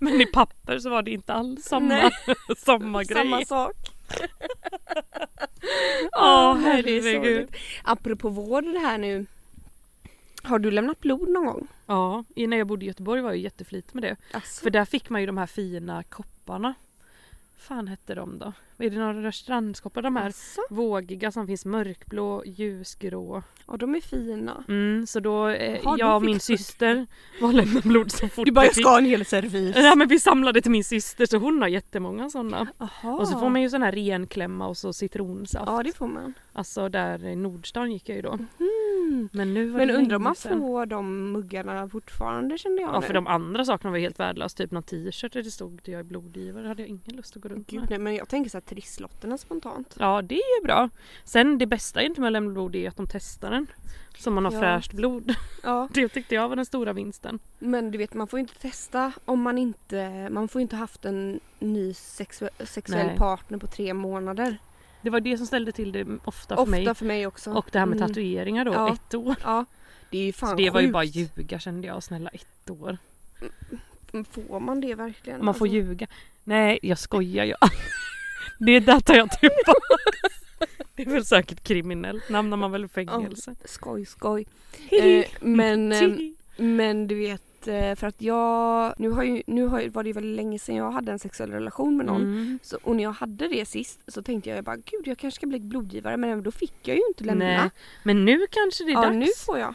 [SPEAKER 1] men i papper så var det inte alls samma,
[SPEAKER 2] Nej.
[SPEAKER 1] samma grej.
[SPEAKER 2] Samma sak.
[SPEAKER 1] Åh,
[SPEAKER 2] Ah, nej, det är
[SPEAKER 1] herregud.
[SPEAKER 2] sorgligt. Apropå vård det här nu. Har du lämnat blod någon gång?
[SPEAKER 1] Ja, när jag bodde i Göteborg var jag jätteflitig med det. För
[SPEAKER 2] Alltså.
[SPEAKER 1] där fick man ju de här fina kopparna. fan hette de då? Är det några strandskoppar? De här
[SPEAKER 2] Alltså.
[SPEAKER 1] vågiga som finns mörkblå, ljusgrå.
[SPEAKER 2] Ja, de är fina.
[SPEAKER 1] Mm, så då, eh,
[SPEAKER 2] Jaha,
[SPEAKER 1] jag
[SPEAKER 2] då
[SPEAKER 1] och
[SPEAKER 2] fick
[SPEAKER 1] min
[SPEAKER 2] du-
[SPEAKER 1] syster var och lämnade blod så fort vi fick.
[SPEAKER 2] en hel servis.
[SPEAKER 1] Ja, men vi samlade till min syster så hon har jättemånga sådana.
[SPEAKER 2] Aha.
[SPEAKER 1] Och så får man ju sån här renklämma och så citronsaft.
[SPEAKER 2] Ah. Ja, det får man.
[SPEAKER 1] Alltså där i Nordstan gick jag ju då. Men nu var
[SPEAKER 2] Mhm. Men
[SPEAKER 1] det
[SPEAKER 2] undrar
[SPEAKER 1] länge
[SPEAKER 2] om man
[SPEAKER 1] sedan.
[SPEAKER 2] får de muggarna fortfarande kände jag
[SPEAKER 1] Ja
[SPEAKER 2] nu.
[SPEAKER 1] för de andra sakerna var ju helt värdelösa. Typ någon t-shirt där det stod att jag är blodgivare hade jag ingen lust att gå runt
[SPEAKER 2] Gud,
[SPEAKER 1] med.
[SPEAKER 2] nej, men jag tänker så här trisslotterna spontant.
[SPEAKER 1] Ja det är ju bra. Sen det bästa inte med att lämna blod är att de testar den. Så man har
[SPEAKER 2] Ja.
[SPEAKER 1] fräscht blod.
[SPEAKER 2] Ja,
[SPEAKER 1] Det tyckte jag var den stora vinsten.
[SPEAKER 2] men du vet man får ju inte testa om man inte, man får ju inte haft en ny sexu- sexuell
[SPEAKER 1] Nej.
[SPEAKER 2] partner på tre månader.
[SPEAKER 1] Det var det som ställde till det ofta för
[SPEAKER 2] Ofta
[SPEAKER 1] mig.
[SPEAKER 2] för mig också.
[SPEAKER 1] Och det här med
[SPEAKER 2] Mm.
[SPEAKER 1] tatueringar då,
[SPEAKER 2] Ja.
[SPEAKER 1] ett år.
[SPEAKER 2] Ja, det är ju fan
[SPEAKER 1] Så det var ju
[SPEAKER 2] sjukt.
[SPEAKER 1] bara ljuga kände jag, snälla ett år.
[SPEAKER 2] Får man det verkligen?
[SPEAKER 1] Man får
[SPEAKER 2] Alltså,
[SPEAKER 1] ljuga. Nej jag skojar ju. Det där tar jag tillbaka. Det är väl säkert kriminellt, hamnar man väl i fängelse.
[SPEAKER 2] Skoj, skoj.
[SPEAKER 1] Hihi.
[SPEAKER 2] Eh, men, eh,
[SPEAKER 1] Tji.
[SPEAKER 2] men du vet, eh, för att jag... Nu, har ju, nu har, ju- var det ju väldigt länge sedan jag hade en sexuell relation med någon.
[SPEAKER 1] Mm.
[SPEAKER 2] Så, och när jag hade det sist så tänkte jag bara gud jag kanske ska bli blodgivare men då fick jag ju inte lämna.
[SPEAKER 1] Nej. Men nu kanske det är
[SPEAKER 2] ja
[SPEAKER 1] dags.
[SPEAKER 2] nu får jag.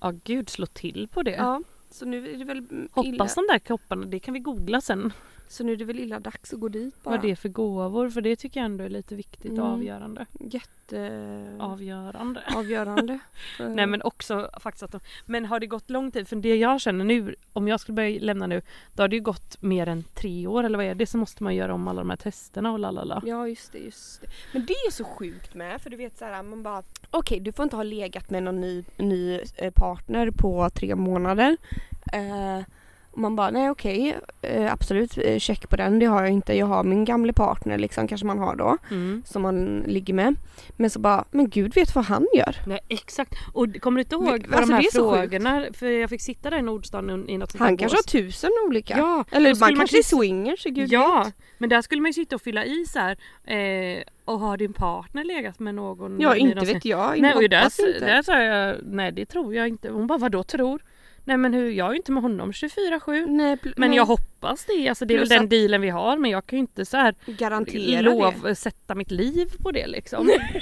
[SPEAKER 1] Ja gud, slå till på det.
[SPEAKER 2] Ja. Så nu är det väl mm, illa.
[SPEAKER 1] Hoppas de där kopparna, det kan vi googla sen.
[SPEAKER 2] Så nu är det väl illa dags att gå dit bara.
[SPEAKER 1] Vad det är för gåvor, för det tycker jag ändå är lite viktigt
[SPEAKER 2] Mm.
[SPEAKER 1] och avgörande.
[SPEAKER 2] Jätte...
[SPEAKER 1] Avgörande.
[SPEAKER 2] Avgörande. För-
[SPEAKER 1] Nej men också faktiskt att de, Men har det gått lång tid? För det jag känner nu, om jag skulle börja lämna nu, då har det ju gått mer än tre år eller vad är det? Så måste man göra om alla de här testerna och lalala.
[SPEAKER 2] Ja just det, just det. Men det är så sjukt med för du vet så här, man bara okej du får inte ha legat med någon ny, ny eh, partner på tre månader. Eh, och man bara nej okej eh, absolut eh, check på den det har jag inte. Jag har min gamla partner liksom kanske man har då.
[SPEAKER 1] Mm.
[SPEAKER 2] som man ligger med. Men så bara, men gud vet vad han gör.
[SPEAKER 1] Nej exakt. Och d- kommer du inte ihåg
[SPEAKER 2] Men,
[SPEAKER 1] vad
[SPEAKER 2] alltså,
[SPEAKER 1] de
[SPEAKER 2] det
[SPEAKER 1] här
[SPEAKER 2] är så
[SPEAKER 1] frågorna? För jag fick sitta där i Nordstan i något sånt här
[SPEAKER 2] Han kanske har
[SPEAKER 1] bås.
[SPEAKER 2] tusen olika.
[SPEAKER 1] Ja, då
[SPEAKER 2] Eller
[SPEAKER 1] skulle
[SPEAKER 2] man
[SPEAKER 1] man
[SPEAKER 2] kanske är
[SPEAKER 1] precis-
[SPEAKER 2] swingers, gud
[SPEAKER 1] ja,
[SPEAKER 2] vet.
[SPEAKER 1] men där skulle man ju sitta och fylla i så här. Eh, och har din partner legat med någon?
[SPEAKER 2] Ja,
[SPEAKER 1] i
[SPEAKER 2] inte
[SPEAKER 1] de-
[SPEAKER 2] vet jag.
[SPEAKER 1] Nej, och
[SPEAKER 2] hoppas
[SPEAKER 1] där,
[SPEAKER 2] inte.
[SPEAKER 1] där sa jag nej det tror jag inte. Hon bara vadå tror? Nej men hur, jag är ju inte med honom 24-7.
[SPEAKER 2] Nej, pl-
[SPEAKER 1] Men
[SPEAKER 2] nej,
[SPEAKER 1] jag hoppas det. Alltså det är väl
[SPEAKER 2] Mm. Plus
[SPEAKER 1] den
[SPEAKER 2] att-
[SPEAKER 1] dealen vi har men jag kan ju inte så här
[SPEAKER 2] garanterar
[SPEAKER 1] lov
[SPEAKER 2] det.
[SPEAKER 1] sätta mitt liv på det liksom.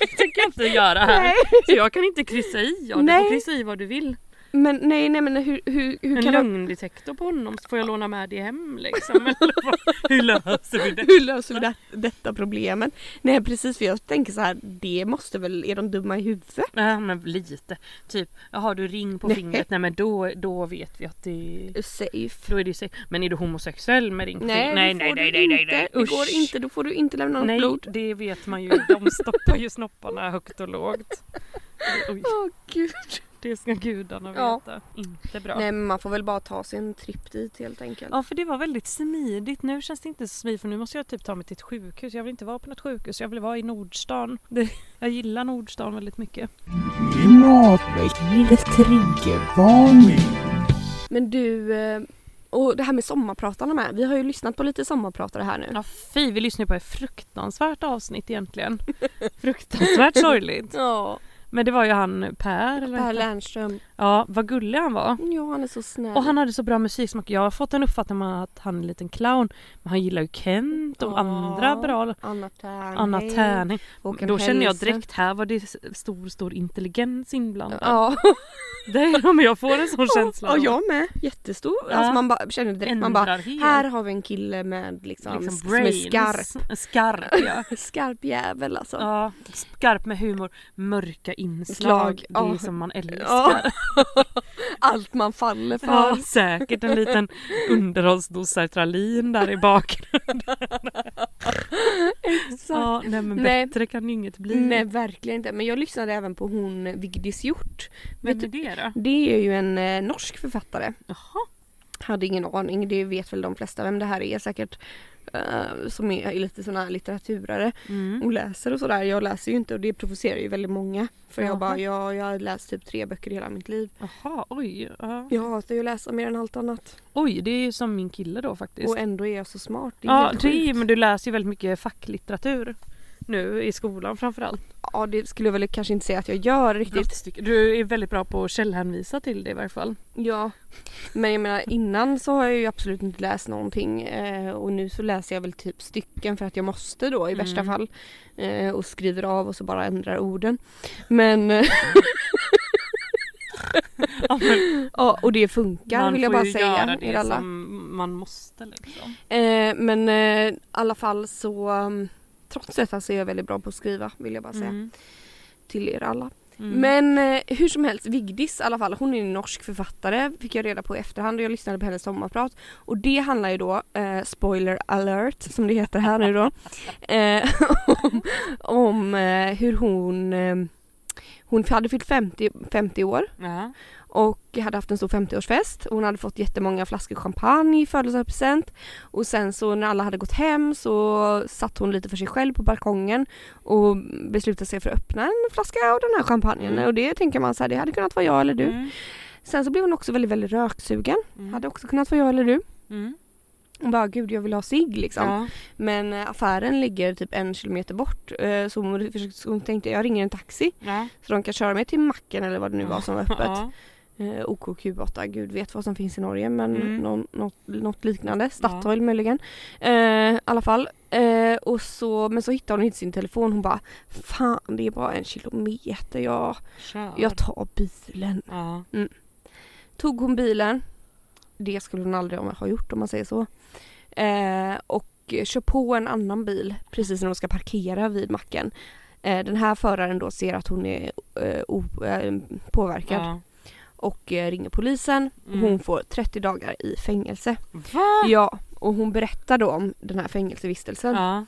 [SPEAKER 1] det tänker jag inte göra här.
[SPEAKER 2] Nej.
[SPEAKER 1] Så jag kan inte kryssa i. Ja, du
[SPEAKER 2] Nej.
[SPEAKER 1] får kryssa i vad du vill.
[SPEAKER 2] Men nej, nej men hur, hur, hur
[SPEAKER 1] En
[SPEAKER 2] kan man...
[SPEAKER 1] lögndetektor på honom så får jag låna med det hem liksom. Eller vad- Hur löser vi det?
[SPEAKER 2] Hur löser vi det, detta problemet? Nej precis för jag tänker så här, det måste väl, är de dumma i huvudet?
[SPEAKER 1] Nej men lite. Typ, har du ring på
[SPEAKER 2] Nej.
[SPEAKER 1] fingret? Nej men då, då vet vi att det
[SPEAKER 2] Safe.
[SPEAKER 1] Då är det ju sex. Men är du homosexuell med ring på
[SPEAKER 2] Nej,
[SPEAKER 1] fingret?
[SPEAKER 2] nej, nej, nej, nej, nej, nej. Det går inte, då får du inte lämna något
[SPEAKER 1] Nej,
[SPEAKER 2] blod.
[SPEAKER 1] det vet man ju. De stoppar ju snopparna högt och lågt. Oj,
[SPEAKER 2] Åh gud.
[SPEAKER 1] det ska gudarna
[SPEAKER 2] Ja.
[SPEAKER 1] veta. Inte bra.
[SPEAKER 2] Nej men man får väl bara ta sig en tripp dit helt enkelt.
[SPEAKER 1] Ja, för det var väldigt smidigt. Nu känns det inte så smidigt för nu måste jag typ ta mig till ett sjukhus. Jag vill inte vara på något sjukhus. Jag vill vara i Nordstan. Det, jag gillar Nordstan väldigt mycket.
[SPEAKER 4] Klimatet ger triggervarning.
[SPEAKER 2] Men du, eh, och det här med sommarpratarna med. Vi har ju lyssnat på lite sommarpratare här nu.
[SPEAKER 1] Ja, fy, vi lyssnar ju på ett fruktansvärt avsnitt egentligen. Fruktansvärt sorgligt.
[SPEAKER 2] Ja.
[SPEAKER 1] Men det var ju han Per. eller vad
[SPEAKER 2] Per
[SPEAKER 1] heter han?
[SPEAKER 2] Lernström.
[SPEAKER 1] Ja, vad gullig han var.
[SPEAKER 2] Ja, han är så snäll.
[SPEAKER 1] Och han hade så bra musiksmak. Jag har fått en uppfattning om att han är en liten clown. Men han gillar ju Kent och
[SPEAKER 2] Ja.
[SPEAKER 1] andra bra.
[SPEAKER 2] Anna Ternheim.
[SPEAKER 1] Anna Tärning.
[SPEAKER 2] och en
[SPEAKER 1] Då känner jag
[SPEAKER 2] hälsa.
[SPEAKER 1] direkt här var det s- stor, stor intelligens inblandad.
[SPEAKER 2] Ja,
[SPEAKER 1] Det är om jag får en sån känsla.
[SPEAKER 2] och jag med. Jättestor.
[SPEAKER 1] Ja.
[SPEAKER 2] Alltså man bara känner direkt, man bara
[SPEAKER 1] Ändrar helt.
[SPEAKER 2] här har vi en kille med liksom,
[SPEAKER 1] liksom
[SPEAKER 2] som är skarp.
[SPEAKER 1] brains. Skarp ja.
[SPEAKER 2] Skarp jävel alltså.
[SPEAKER 1] ja. Skarp med humor, mörka inslag.
[SPEAKER 2] Slag, ja.
[SPEAKER 1] Det är som man älskar.
[SPEAKER 2] Ja. Allt man faller för.
[SPEAKER 1] Ja, säkert en liten underhållsdosa Tralin där i bakgrunden.
[SPEAKER 2] Exakt.
[SPEAKER 1] Ja, nej men
[SPEAKER 2] Nej.
[SPEAKER 1] bättre kan ju inget bli.
[SPEAKER 2] Nej verkligen inte. Men jag lyssnade även på hon Vigdis Hjort.
[SPEAKER 1] Vem
[SPEAKER 2] Vet
[SPEAKER 1] är det då?
[SPEAKER 2] Det är ju en eh, norsk författare.
[SPEAKER 1] Jaha.
[SPEAKER 2] Hade ingen aning, det vet väl de flesta vem det här är säkert. eh, som är, är lite såna här litteraturare
[SPEAKER 1] Mm.
[SPEAKER 2] och läser och sådär. Jag läser ju inte och det provocerar ju väldigt många. För
[SPEAKER 1] Jaha.
[SPEAKER 2] jag bara, jag, jag har läst typ tre böcker i hela mitt liv.
[SPEAKER 1] Jaha, oj. ja.
[SPEAKER 2] Jag hatar ju att läsa mer än allt annat.
[SPEAKER 1] Oj, det är ju som min kille då faktiskt.
[SPEAKER 2] Och ändå är jag så smart. Det är
[SPEAKER 1] ja,
[SPEAKER 2] helt
[SPEAKER 1] det,
[SPEAKER 2] sjukt.
[SPEAKER 1] men du läser ju väldigt mycket facklitteratur nu i skolan framförallt.
[SPEAKER 2] ja, det skulle jag väl kanske inte säga att jag gör riktigt.
[SPEAKER 1] Brottstycke. Du är väldigt bra på att källhänvisa till det i varje fall.
[SPEAKER 2] Ja, men jag menar innan så har jag ju absolut inte läst någonting eh, och nu så läser jag väl typ stycken för att jag måste då i
[SPEAKER 1] Mm.
[SPEAKER 2] värsta fall eh, och skriver av och så bara ändrar orden. Men eh,
[SPEAKER 1] Ja, men
[SPEAKER 2] ja, och det funkar
[SPEAKER 1] man
[SPEAKER 2] vill jag
[SPEAKER 1] får
[SPEAKER 2] bara
[SPEAKER 1] ju
[SPEAKER 2] säga.
[SPEAKER 1] göra det
[SPEAKER 2] er alla.
[SPEAKER 1] som man måste liksom.
[SPEAKER 2] Eh, men eh, i alla fall så um, trots detta så är jag väldigt bra på att skriva vill jag bara säga
[SPEAKER 1] Mm.
[SPEAKER 2] till er alla.
[SPEAKER 1] Mm.
[SPEAKER 2] Men eh, hur som helst, Vigdis i alla fall, hon är en norsk författare fick jag reda på i efterhand och jag lyssnade på hennes sommarprat. Och det handlar ju då, eh, spoiler alert som det heter här nu då, eh, om, om eh, hur hon eh, hon hade fyllt 50, 50 år
[SPEAKER 1] Ja.
[SPEAKER 2] och hade haft en stor 50-årsfest. Hon hade fått jättemånga flaskor champagne i födelsedagspresent. Och sen så när alla hade gått hem så satt hon lite för sig själv på balkongen och beslutade sig för att öppna en flaska av den här champagnen.
[SPEAKER 1] Mm.
[SPEAKER 2] Och det tänker man så här, det hade kunnat vara jag eller du.
[SPEAKER 1] Mm.
[SPEAKER 2] Sen så blev hon också väldigt, väldigt röksugen.
[SPEAKER 1] Mm.
[SPEAKER 2] Hade också kunnat vara jag eller du.
[SPEAKER 1] Mm.
[SPEAKER 2] Hon bara, gud jag vill ha cigg liksom.
[SPEAKER 1] Ja.
[SPEAKER 2] Men eh, affären ligger typ en kilometer bort. eh, Så hon, försökte- så hon tänkte, jag ringer en taxi
[SPEAKER 1] Ja.
[SPEAKER 2] så de kan köra mig till macken eller vad det nu var som var öppet.
[SPEAKER 1] Ja.
[SPEAKER 2] Eh, OKQ8, gud vet vad som finns i Norge men
[SPEAKER 1] Mm.
[SPEAKER 2] någon, något, något liknande. Statoil möjligen. Eh, I alla fall. Eh, och så, men så hittade hon inte sin telefon. Hon bara Fan det är bara en kilometer. Jag,
[SPEAKER 1] Kör.
[SPEAKER 2] jag tar bilen.
[SPEAKER 1] ja.
[SPEAKER 2] Tog hon bilen. Det skulle hon aldrig ha gjort om man säger så. Eh, och kör på en annan bil precis när hon ska parkera vid macken. Eh, den här föraren då ser att hon är eh, o- eh, påverkad
[SPEAKER 1] Ja.
[SPEAKER 2] och eh, ringer polisen.
[SPEAKER 1] Mm.
[SPEAKER 2] Hon får 30 dagar i fängelse.
[SPEAKER 1] Va?
[SPEAKER 2] Ja, och hon berättar då om den här fängelsevistelsen.
[SPEAKER 1] Ja.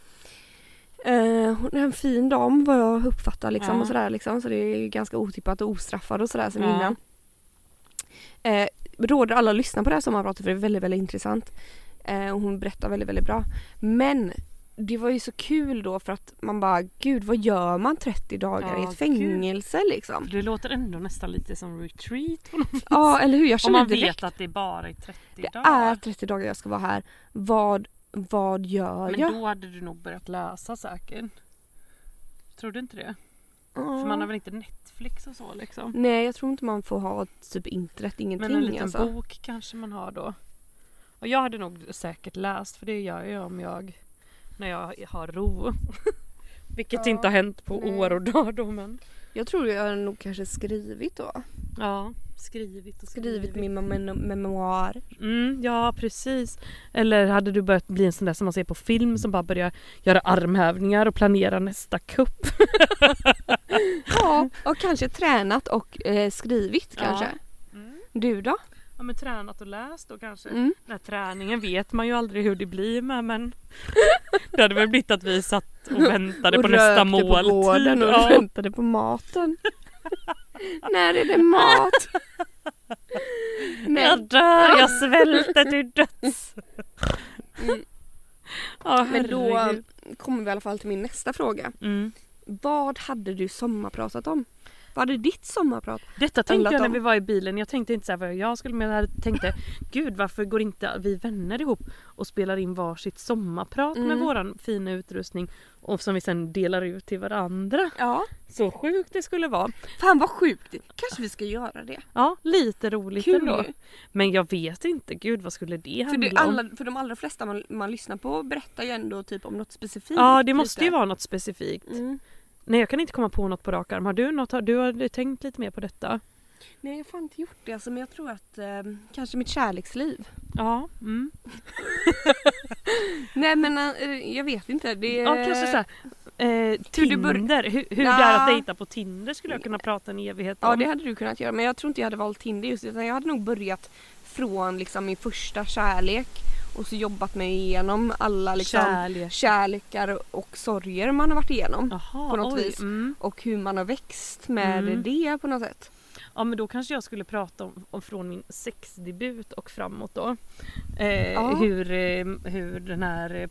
[SPEAKER 2] Eh, hon är en fin dam vad jag uppfattar liksom
[SPEAKER 1] Ja.
[SPEAKER 2] och sådär liksom. Så det är ju ganska otippat och ostraffad och sådär sen
[SPEAKER 1] Ja.
[SPEAKER 2] innan. Eh, råder alla att lyssna på det här sommarpratet för det är väldigt, väldigt intressant. Eh, och hon berättar väldigt, väldigt bra. Men det var ju så kul då för att man bara gud vad gör man 30 dagar
[SPEAKER 1] Ja,
[SPEAKER 2] i
[SPEAKER 1] gud.
[SPEAKER 2] ett fängelse liksom?
[SPEAKER 1] Det låter ändå nästan lite som retreat.
[SPEAKER 2] Ja eller hur? Jag
[SPEAKER 1] Om
[SPEAKER 2] känner
[SPEAKER 1] man
[SPEAKER 2] direkt
[SPEAKER 1] vet att det bara är 30
[SPEAKER 2] Det
[SPEAKER 1] dagar.
[SPEAKER 2] är 30 dagar jag ska vara här. Vad, vad gör
[SPEAKER 1] Men
[SPEAKER 2] jag?
[SPEAKER 1] då hade du nog börjat läsa säkert. Tror du inte det?
[SPEAKER 2] Ja.
[SPEAKER 1] För man har väl inte Netflix och så liksom?
[SPEAKER 2] Nej, jag tror inte man får ha typ internet, ingenting
[SPEAKER 1] Men en liten
[SPEAKER 2] alltså.
[SPEAKER 1] bok kanske man har då. Och jag hade nog säkert läst för det gör jag om jag när jag har ro. Vilket
[SPEAKER 2] Ja,
[SPEAKER 1] inte har hänt på
[SPEAKER 2] nej.
[SPEAKER 1] år och dagar då men.
[SPEAKER 2] Jag tror jag har nog kanske skrivit då.
[SPEAKER 1] Ja, skrivit och skrivit.
[SPEAKER 2] Skrivit min mem- memoar.
[SPEAKER 1] Mm, ja precis. Eller hade du börjat bli en sån där som man ser på film som bara börjar göra armhävningar och planera nästa kupp?
[SPEAKER 2] Ja, och kanske tränat och eh, skrivit
[SPEAKER 1] Ja.
[SPEAKER 2] kanske.
[SPEAKER 1] Mm.
[SPEAKER 2] Du då?
[SPEAKER 1] Ja men tränat och läst då kanske.
[SPEAKER 2] Mm.
[SPEAKER 1] Den här träningen vet man ju aldrig hur det blir med men det hade väl blivit att vi satt och väntade
[SPEAKER 2] och
[SPEAKER 1] på nästa
[SPEAKER 2] rökte på
[SPEAKER 1] måltid.
[SPEAKER 2] gården och
[SPEAKER 1] ja.
[SPEAKER 2] väntade på maten. När är det mat?
[SPEAKER 1] Jag
[SPEAKER 2] Men,
[SPEAKER 1] dör, jag svälter till döds.
[SPEAKER 2] Mm.
[SPEAKER 1] Ja,
[SPEAKER 2] men då
[SPEAKER 1] herregud.
[SPEAKER 2] kommer vi i alla fall till min nästa fråga.
[SPEAKER 1] Mm.
[SPEAKER 2] Vad hade du sommarpratat om? Vad hade ditt sommarprat?
[SPEAKER 1] Detta tänkte jag
[SPEAKER 2] Handlat
[SPEAKER 1] när
[SPEAKER 2] om.
[SPEAKER 1] vi var i bilen. Jag tänkte inte så här vad jag skulle men jag tänkte gud varför går inte vi vänner ihop och spelar in varsitt sommarprat med
[SPEAKER 2] Mm.
[SPEAKER 1] våran fina utrustning och som vi sen delar ut till varandra.
[SPEAKER 2] Ja.
[SPEAKER 1] Så sjukt det skulle vara.
[SPEAKER 2] Fan vad sjukt. Kanske vi ska göra det.
[SPEAKER 1] Ja, lite roligt
[SPEAKER 2] Kul
[SPEAKER 1] ändå.
[SPEAKER 2] ju.
[SPEAKER 1] Men jag vet inte, gud vad skulle det
[SPEAKER 2] För,
[SPEAKER 1] handla
[SPEAKER 2] det,
[SPEAKER 1] om?
[SPEAKER 2] alla, för de allra flesta man, man lyssnar på berättar ju ändå typ om något specifikt.
[SPEAKER 1] Ja, det måste
[SPEAKER 2] lite.
[SPEAKER 1] ju vara något specifikt.
[SPEAKER 2] Mm.
[SPEAKER 1] Nej, jag kan inte komma på något på rak arm. Har du något? Har du, har du tänkt lite mer på detta?
[SPEAKER 2] Nej jag har fan inte gjort det alltså, men jag tror att eh, kanske mitt kärleksliv.
[SPEAKER 1] Ja, mm.
[SPEAKER 2] Nej men eh, jag vet inte. Det,
[SPEAKER 1] ja kanske såhär. Eh,
[SPEAKER 2] hur du bör-
[SPEAKER 1] Tinder, hur, hur
[SPEAKER 2] Ja.
[SPEAKER 1] det är att dejta på Tinder skulle jag kunna prata en evighet om.
[SPEAKER 2] Ja det hade du kunnat göra men jag tror inte jag hade valt Tinder just utan jag hade nog börjat från liksom min första kärlek och så jobbat mig igenom alla liksom
[SPEAKER 1] Kärlek.
[SPEAKER 2] kärlekar och sorger man har varit igenom.
[SPEAKER 1] Jaha,
[SPEAKER 2] på något
[SPEAKER 1] oj.
[SPEAKER 2] vis.
[SPEAKER 1] Mm.
[SPEAKER 2] Och hur man har växt med
[SPEAKER 1] Mm.
[SPEAKER 2] det på något sätt.
[SPEAKER 1] Ja men då kanske jag skulle prata om, om från min sexdebut och framåt då. Eh,
[SPEAKER 2] Ja.
[SPEAKER 1] hur, eh, hur den här eh,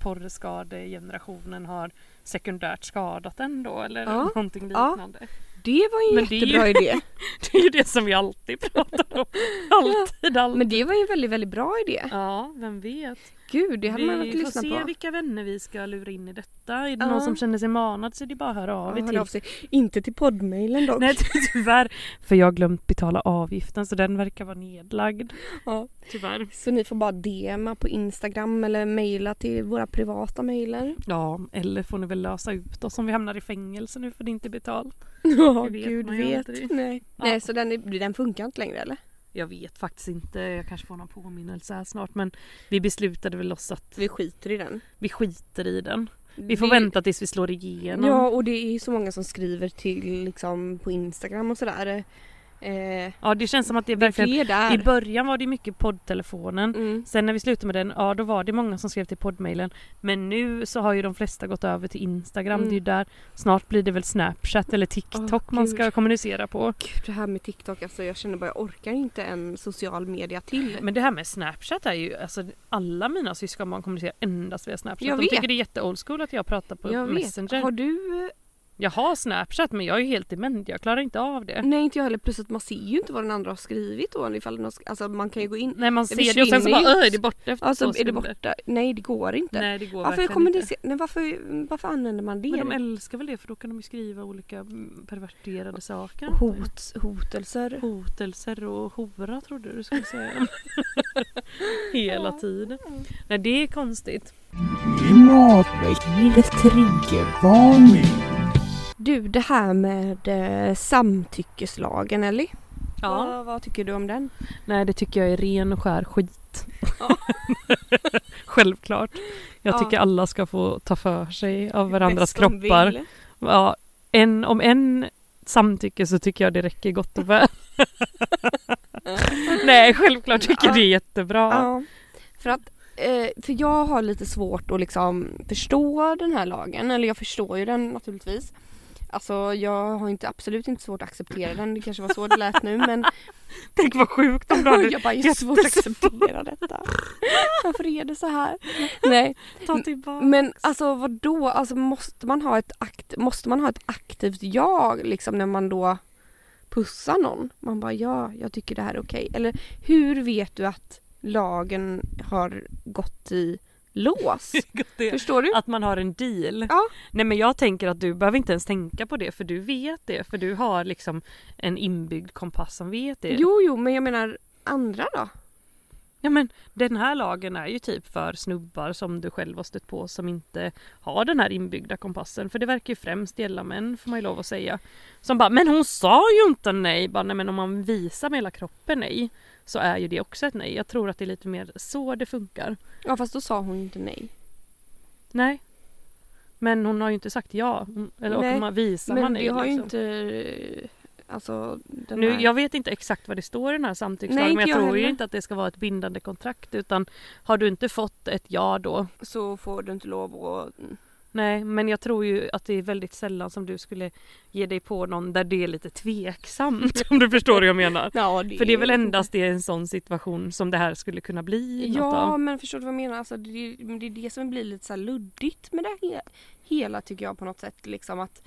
[SPEAKER 1] porrskadegenerationen har sekundärt skadat en då eller
[SPEAKER 2] Ja.
[SPEAKER 1] någonting
[SPEAKER 2] Ja.
[SPEAKER 1] liknande.
[SPEAKER 2] Det var ju en
[SPEAKER 1] Men det är
[SPEAKER 2] jättebra idé.
[SPEAKER 1] Det är ju det som vi alltid pratar om. Alltid, alltid.
[SPEAKER 2] Men det var ju en väldigt väldigt bra idé.
[SPEAKER 1] Ja, vem vet.
[SPEAKER 2] Gud det hade man
[SPEAKER 1] vi
[SPEAKER 2] velat lyssna
[SPEAKER 1] får se
[SPEAKER 2] på.
[SPEAKER 1] vilka vänner vi ska lura in i detta. Är det
[SPEAKER 2] Ja.
[SPEAKER 1] någon som känner sig manad så är det bara att höra
[SPEAKER 2] Ja,
[SPEAKER 1] av er
[SPEAKER 2] hörde
[SPEAKER 1] till.
[SPEAKER 2] av sig. Inte till poddmailen dock.
[SPEAKER 1] Nej ty- tyvärr. För jag har glömt betala avgiften så den verkar vara nedlagd.
[SPEAKER 2] Ja.
[SPEAKER 1] Tyvärr.
[SPEAKER 2] Så ni får bara DMa på Instagram eller mejla till våra privata mejler.
[SPEAKER 1] Ja, eller får ni väl lösa ut oss om vi hamnar i fängelse nu för det är inte betalt.
[SPEAKER 2] Ja,
[SPEAKER 1] Det vet
[SPEAKER 2] gud
[SPEAKER 1] man ju
[SPEAKER 2] vet.
[SPEAKER 1] aldrig.
[SPEAKER 2] Nej.
[SPEAKER 1] Ja.
[SPEAKER 2] Nej, så den, är- den funkar inte längre eller?
[SPEAKER 1] Jag vet faktiskt inte, jag kanske får någon påminnelse här snart men vi beslutade väl oss att
[SPEAKER 2] Vi skiter i den.
[SPEAKER 1] vi skiter i den. Vi får
[SPEAKER 2] Det-
[SPEAKER 1] vänta tills vi slår igenom.
[SPEAKER 2] Ja, och det är ju så många som skriver till liksom på Instagram och sådär. Eh,
[SPEAKER 1] Ja, det känns som att det är
[SPEAKER 2] det är
[SPEAKER 1] verkligen...
[SPEAKER 2] fler
[SPEAKER 1] I
[SPEAKER 2] där.
[SPEAKER 1] början var det mycket poddtelefonen.
[SPEAKER 2] Mm.
[SPEAKER 1] Sen när vi slutade med den, ja då var det många som skrev till poddmailen. Men nu så har ju de flesta gått över till Instagram.
[SPEAKER 2] Mm.
[SPEAKER 1] Det är ju där, snart blir det väl Snapchat eller TikTok
[SPEAKER 2] Åh,
[SPEAKER 1] man
[SPEAKER 2] gud.
[SPEAKER 1] ska kommunicera på.
[SPEAKER 2] Gud, det här med TikTok alltså. Jag känner bara jag orkar inte en social media till.
[SPEAKER 1] Men det här med Snapchat är ju, alltså alla mina syskonbarn kommunicerar endast via Snapchat.
[SPEAKER 2] Jag
[SPEAKER 1] de
[SPEAKER 2] vet.
[SPEAKER 1] tycker det är jätte old school att jag pratar på
[SPEAKER 2] jag
[SPEAKER 1] Messenger.
[SPEAKER 2] vet. Har du? Mm.
[SPEAKER 1] Jag har Snapchat men jag är ju helt dement, jag klarar inte av det.
[SPEAKER 2] Nej inte jag heller. Plus att man ser ju inte vad den andra har skrivit då. Ifall den har, sk- alltså man kan ju gå in.
[SPEAKER 1] Nej man
[SPEAKER 2] Det
[SPEAKER 1] ser det och sen så
[SPEAKER 2] försvinner
[SPEAKER 1] bara
[SPEAKER 2] ju.
[SPEAKER 1] "Ö, är det borta efter
[SPEAKER 2] Alltså
[SPEAKER 1] två
[SPEAKER 2] är det
[SPEAKER 1] sekunder?"
[SPEAKER 2] borta? Nej det går inte.
[SPEAKER 1] Nej det går
[SPEAKER 2] varför,
[SPEAKER 1] verkligen inte.
[SPEAKER 2] kommunicer- Nej, varför, varför använder man det?
[SPEAKER 1] Men de älskar väl det för då kan de ju skriva olika mm, perverterade saker.
[SPEAKER 2] Hot, hotelser.
[SPEAKER 1] Hotelser och hora trodde du skulle säga. Hela tiden. Nej det är konstigt.
[SPEAKER 4] Klimatväxlingens triggervarning.
[SPEAKER 2] Du, det här med eh, samtyckeslagen Ellie.
[SPEAKER 1] Ja.
[SPEAKER 2] Vad, vad tycker du om den?
[SPEAKER 1] Nej det tycker jag är ren och skär skit. Självklart. Jag
[SPEAKER 2] Ja.
[SPEAKER 1] tycker alla ska få ta för sig av varandras
[SPEAKER 2] Bäst de
[SPEAKER 1] kroppar.
[SPEAKER 2] vill.
[SPEAKER 1] Ja, en, om en samtycker så tycker jag det räcker gott och väl. Nej självklart tycker jag det är jättebra.
[SPEAKER 2] Ja. För att eh, för jag har lite svårt att liksom förstå den här lagen, eller jag förstår ju den naturligtvis. Alltså jag har inte, absolut inte svårt att acceptera den, det kanske var så det lät nu men
[SPEAKER 1] Tänk vad sjukt om du hade
[SPEAKER 2] jag bara, jag har svårt att acceptera detta. Varför är det så här? Nej,
[SPEAKER 1] tagit tillbaka.
[SPEAKER 2] Men alltså vad då? Alltså måste man ha ett, akt- måste man ha ett aktivt jag liksom när man då pussar någon? Man bara ja, jag tycker det här är okej. Eller hur vet du att lagen har gått i lås?
[SPEAKER 1] Det-
[SPEAKER 2] Förstår du?
[SPEAKER 1] Att man har en deal.
[SPEAKER 2] Ja.
[SPEAKER 1] Nej men jag tänker att du behöver inte ens tänka på det för du vet det. För du har liksom en inbyggd kompass som vet det.
[SPEAKER 2] Jo, jo, men jag menar andra då?
[SPEAKER 1] Ja men den här lagen är ju typ för snubbar som du själv har stött på som inte har den här inbyggda kompassen. För det verkar ju främst gälla män får man ju lov att säga. Som bara “men hon sa ju inte nej”. Bara, nej men om man visar med hela kroppen nej så är ju det också ett nej. Jag tror att det är lite mer så det funkar.
[SPEAKER 2] Ja, fast då sa hon ju inte nej.
[SPEAKER 1] Nej. Men hon har ju inte sagt ja. Mm, Eller
[SPEAKER 2] Nej,
[SPEAKER 1] och man visar man
[SPEAKER 2] Men
[SPEAKER 1] nej.
[SPEAKER 2] vi har ju
[SPEAKER 1] liksom.
[SPEAKER 2] inte eh, alltså den
[SPEAKER 1] Nu,
[SPEAKER 2] här...
[SPEAKER 1] jag vet inte exakt vad det står i den här
[SPEAKER 2] Nej,
[SPEAKER 1] samtyckslagen
[SPEAKER 2] inte
[SPEAKER 1] men jag
[SPEAKER 2] jag
[SPEAKER 1] tror ju
[SPEAKER 2] heller.
[SPEAKER 1] inte att det ska vara ett bindande kontrakt utan har du inte fått ett ja då?
[SPEAKER 2] Så får du inte lov att...
[SPEAKER 1] Nej men jag tror ju att det är väldigt sällan som du skulle ge dig på någon där det är lite tveksamt om du förstår vad jag menar.
[SPEAKER 2] Ja, det...
[SPEAKER 1] För det är väl endast i en sån situation som det här skulle kunna bli något
[SPEAKER 2] Ja
[SPEAKER 1] av.
[SPEAKER 2] men förstår du vad jag menar? Alltså, det, men det är det som blir lite så här luddigt med det he- hela tycker jag på något sätt. Liksom att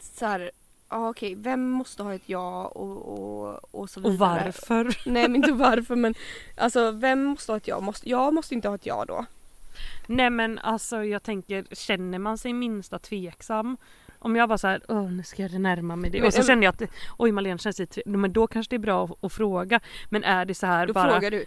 [SPEAKER 2] så här, Ja okej, vem måste ha ett ja och, och, och så vidare.
[SPEAKER 1] Och varför?
[SPEAKER 2] Nej men inte varför men alltså vem måste ha ett ja? Måste, jag måste inte ha ett ja då.
[SPEAKER 1] Nej men alltså jag tänker, känner man sig minsta tveksam om jag bara såhär, åh nu ska jag närma mig det.
[SPEAKER 2] Men-
[SPEAKER 1] Och så kände jag att, oj Malena känner sig tve- Nej, men då kanske det är bra att, att fråga. Men är det så här
[SPEAKER 2] Då
[SPEAKER 1] bara...
[SPEAKER 2] frågar du,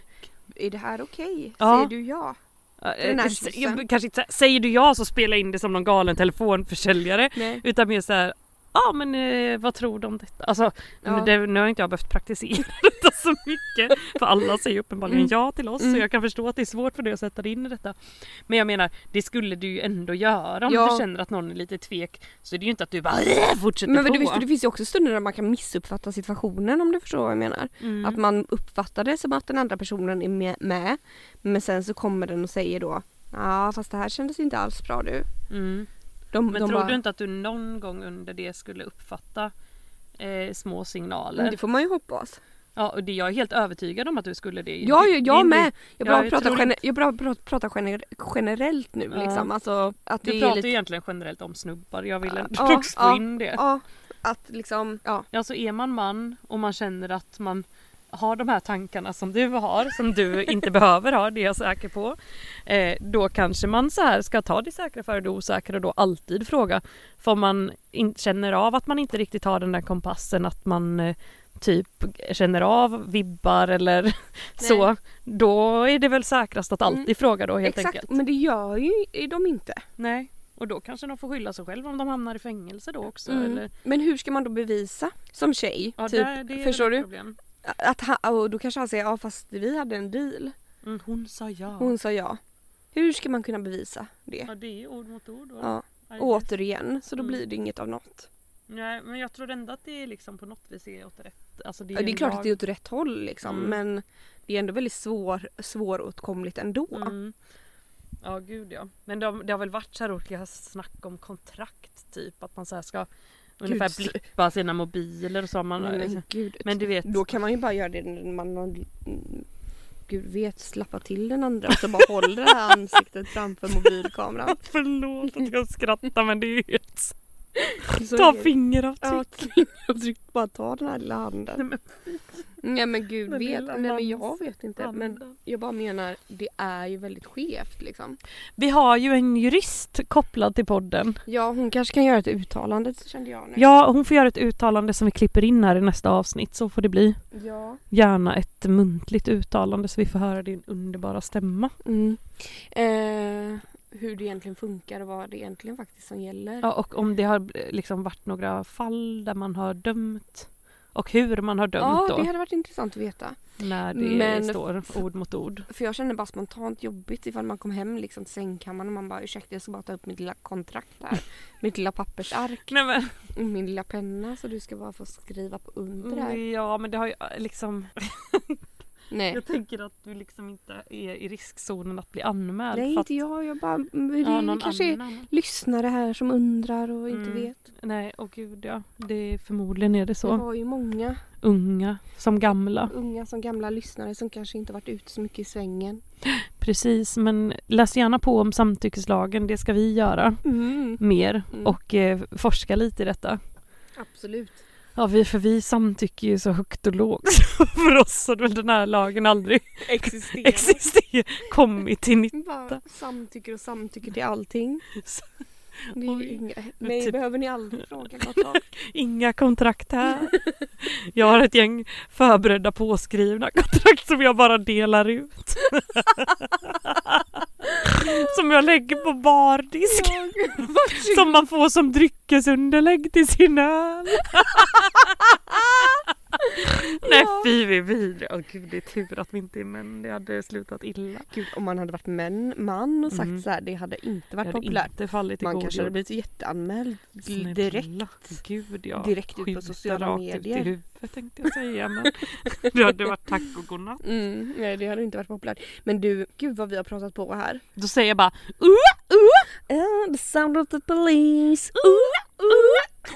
[SPEAKER 2] är det här okej?
[SPEAKER 1] Ja.
[SPEAKER 2] Säger du ja?
[SPEAKER 1] Ja,
[SPEAKER 2] Den här
[SPEAKER 1] eh,
[SPEAKER 2] kyssen.
[SPEAKER 1] jag- Kanske inte så här, säger du ja så spelar jag in det som någon galen telefonförsäljare.
[SPEAKER 2] Nej.
[SPEAKER 1] Utan mer så här, ja men eh, vad tror du om detta? Alltså
[SPEAKER 2] Ja.
[SPEAKER 1] nu- det, nu har inte jag behövt praktisera detta så mycket. För alla säger uppenbarligen
[SPEAKER 2] Mm.
[SPEAKER 1] ja till oss
[SPEAKER 2] Mm.
[SPEAKER 1] så jag kan förstå att det är svårt för dig att sätta dig in i detta. Men jag menar, det skulle du ju ändå göra om
[SPEAKER 2] Ja.
[SPEAKER 1] du känner att någon är lite tvek. Så är det ju inte att du bara "Äh, fortsätter
[SPEAKER 2] Men
[SPEAKER 1] på.
[SPEAKER 2] du visst, det finns ju också stunder där man kan missuppfatta situationen om du förstår vad jag menar.
[SPEAKER 1] Mm.
[SPEAKER 2] Att man uppfattar det som att den andra personen är med, med men sen så kommer den och säger då Ja fast det här kändes inte alls bra du.
[SPEAKER 1] Mm.
[SPEAKER 2] De,
[SPEAKER 1] Men
[SPEAKER 2] de
[SPEAKER 1] tror
[SPEAKER 2] bara,
[SPEAKER 1] du inte att du någon gång under det skulle uppfatta eh, små signaler?
[SPEAKER 2] Det får man ju hoppas.
[SPEAKER 1] Ja, och det, jag är helt övertygad om att du skulle det.
[SPEAKER 2] Ja,
[SPEAKER 1] Det-
[SPEAKER 2] jag,
[SPEAKER 1] det är
[SPEAKER 2] jag
[SPEAKER 1] inte-
[SPEAKER 2] med. Jag bara
[SPEAKER 1] jag
[SPEAKER 2] pratar,
[SPEAKER 1] tror
[SPEAKER 2] gener- jag bara pr- pratar gener- generellt nu
[SPEAKER 1] Ja.
[SPEAKER 2] liksom. Alltså, att
[SPEAKER 1] Du
[SPEAKER 2] det
[SPEAKER 1] pratar
[SPEAKER 2] är lite,
[SPEAKER 1] ju egentligen generellt om snubbar. Jag vill
[SPEAKER 2] Ja,
[SPEAKER 1] ändå
[SPEAKER 2] ja,
[SPEAKER 1] också
[SPEAKER 2] ja,
[SPEAKER 1] få in det.
[SPEAKER 2] Ja, att liksom, ja.
[SPEAKER 1] Ja, så är man man och man känner att man har de här tankarna som du har, som du inte behöver ha, det är jag säker på. Eh, då kanske man så här ska ta det säkra före det osäkra och då alltid fråga. För om man in- känner av att man inte riktigt har den där kompassen, att man eh, typ känner av vibbar eller så. Då är det väl säkrast att alltid
[SPEAKER 2] Mm.
[SPEAKER 1] fråga då helt
[SPEAKER 2] Exakt,
[SPEAKER 1] enkelt.
[SPEAKER 2] men det gör ju de inte.
[SPEAKER 1] Nej, och då kanske de får skylla sig själva om de hamnar i fängelse då också.
[SPEAKER 2] Mm.
[SPEAKER 1] Eller?
[SPEAKER 2] Men hur ska man då bevisa som tjej?
[SPEAKER 1] Ja,
[SPEAKER 2] typ,
[SPEAKER 1] där- det är
[SPEAKER 2] förstår
[SPEAKER 1] väl ett
[SPEAKER 2] du?
[SPEAKER 1] Problem.
[SPEAKER 2] Att han, och då kanske han säger ja fast vi hade en deal.
[SPEAKER 1] Mm, hon sa ja.
[SPEAKER 2] Hon sa ja. Hur ska man kunna bevisa det?
[SPEAKER 1] Ja, det är ord mot ord. Då.
[SPEAKER 2] Ja.
[SPEAKER 1] I guess.
[SPEAKER 2] Återigen, så då
[SPEAKER 1] Mm.
[SPEAKER 2] blir det inget av något.
[SPEAKER 1] Nej, men jag tror ändå att det är liksom på något vis är åt rätt. Alltså det
[SPEAKER 2] Ja, Det är
[SPEAKER 1] en
[SPEAKER 2] klart
[SPEAKER 1] lag.
[SPEAKER 2] att det är åt rätt håll liksom
[SPEAKER 1] Mm.
[SPEAKER 2] men det är ändå väldigt svår, svåråtkomligt ändå.
[SPEAKER 1] Mm. Ja, gud ja. Men det har, det har väl varit så här olika snack om kontrakt typ. Att man så här ska ungefär
[SPEAKER 2] så-
[SPEAKER 1] blippa sina mobiler och så. har Man,
[SPEAKER 2] Nej, men gud.
[SPEAKER 1] alltså. men du vet.
[SPEAKER 2] Då kan man ju bara göra det när man har, mm, gud vet, slappa till den andra och så bara håller det här ansiktet framför mobilkameran.
[SPEAKER 1] Förlåt att jag skrattar men det är ju ett... Ta typ
[SPEAKER 2] Så är det. Ja,
[SPEAKER 1] fingeravtryck.
[SPEAKER 2] fingeravtryck. Bara ta den här lilla handen.
[SPEAKER 1] Nej, men
[SPEAKER 2] Nej men gud
[SPEAKER 1] Den
[SPEAKER 2] vet.
[SPEAKER 1] lilla
[SPEAKER 2] Nej men jag
[SPEAKER 1] hands-
[SPEAKER 2] vet inte. Men
[SPEAKER 1] handen.
[SPEAKER 2] jag bara menar, det är ju väldigt skevt liksom.
[SPEAKER 1] Vi har ju en jurist kopplad till podden.
[SPEAKER 2] Ja hon kanske kan göra ett uttalande kände jag nu.
[SPEAKER 1] Ja, hon får göra ett uttalande som vi klipper in här i nästa avsnitt. Så får det bli.
[SPEAKER 2] Ja.
[SPEAKER 1] Gärna ett muntligt uttalande så vi får höra din underbara stämma.
[SPEAKER 2] Mm. Eh, hur det egentligen funkar och vad det egentligen faktiskt som gäller.
[SPEAKER 1] Ja, och om det har eh, liksom varit några fall där man har dömt och hur man har dömt
[SPEAKER 2] Ja,
[SPEAKER 1] då
[SPEAKER 2] det hade varit intressant att veta.
[SPEAKER 1] när det
[SPEAKER 2] Men-
[SPEAKER 1] står ord mot ord.
[SPEAKER 2] För jag känner bara spontant jobbigt ifall man kom hem liksom till sängkammaren och man bara ursäkta jag ska bara ta upp mitt lilla kontrakt här. mitt lilla pappersark
[SPEAKER 1] Nej, men,
[SPEAKER 2] och min lilla penna så du ska bara få skriva på under här.
[SPEAKER 1] ja, men det har ju eh, liksom...
[SPEAKER 2] Nej.
[SPEAKER 1] Jag tänker att du liksom inte är i riskzonen att bli anmäld.
[SPEAKER 2] Nej
[SPEAKER 1] för att,
[SPEAKER 2] inte jag, jag bara, det
[SPEAKER 1] ja, någon
[SPEAKER 2] kanske är
[SPEAKER 1] annan.
[SPEAKER 2] lyssnare här som undrar och inte
[SPEAKER 1] Mm.
[SPEAKER 2] vet.
[SPEAKER 1] Nej, och gud ja. Det är, förmodligen är det så.
[SPEAKER 2] Det var ju många
[SPEAKER 1] Unga som gamla.
[SPEAKER 2] unga som gamla lyssnare som kanske inte varit ute så mycket i svängen.
[SPEAKER 1] Precis, men läs gärna på om samtyckeslagen. Det ska vi göra mer
[SPEAKER 2] Mm.
[SPEAKER 1] och eh, forska lite i detta.
[SPEAKER 2] Absolut.
[SPEAKER 1] Ja, vi, för vi samtycker ju så högt och lågt. Så för oss har väl den här lagen aldrig
[SPEAKER 2] Existerar.
[SPEAKER 1] existerat, kommit till nytta.
[SPEAKER 2] Bara samtycker och samtycker till allting. Det är ju
[SPEAKER 1] Oj.
[SPEAKER 2] inga, mig
[SPEAKER 1] typ-
[SPEAKER 2] behöver ni aldrig fråga något om.
[SPEAKER 1] Inga kontrakt här. Jag har ett gäng förberedda påskrivna kontrakt som jag bara delar ut. Som jag lägger på bardisk. Som man får som dryckesunderlägg till sin öl. Nej fy vi är vidriga. Åh, gud det är tur att vi inte är män. Det hade slutat illa.
[SPEAKER 2] Gud, om man hade varit män, man och sagt
[SPEAKER 1] Mm.
[SPEAKER 2] så här, det hade inte
[SPEAKER 1] Det
[SPEAKER 2] varit
[SPEAKER 1] hade
[SPEAKER 2] populärt.
[SPEAKER 1] inte fallit i
[SPEAKER 2] Man
[SPEAKER 1] god
[SPEAKER 2] kanske hade
[SPEAKER 1] jord.
[SPEAKER 2] blivit jätteanmäld
[SPEAKER 1] Snälla.
[SPEAKER 2] direkt.
[SPEAKER 1] Gud ja.
[SPEAKER 2] direkt ut på
[SPEAKER 1] Skjuta
[SPEAKER 2] sociala
[SPEAKER 1] rakt
[SPEAKER 2] medier.
[SPEAKER 1] Ut i huvudet tänkte jag säga men det hade varit tack och godnatt.
[SPEAKER 2] Mm, nej det hade inte varit populärt. Men du, gud vad vi har pratat på här.
[SPEAKER 1] Då säger jag bara
[SPEAKER 2] Uh, the sound of the police. Uh, uh.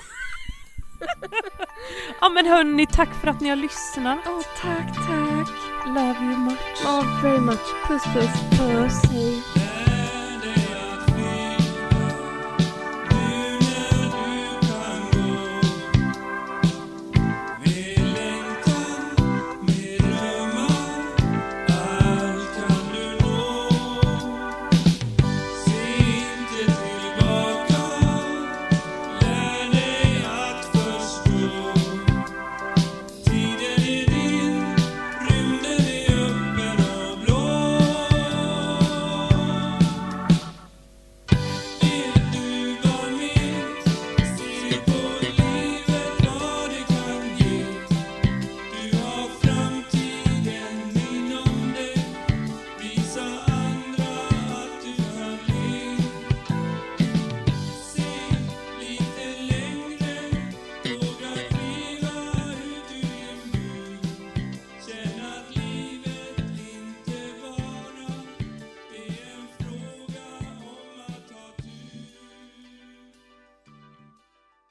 [SPEAKER 1] ja men hörni tack för att ni har lyssnat.
[SPEAKER 2] Åh, tack, tack.
[SPEAKER 1] Love you much.
[SPEAKER 2] Oh, very much. Puss, puss, puss. Hej.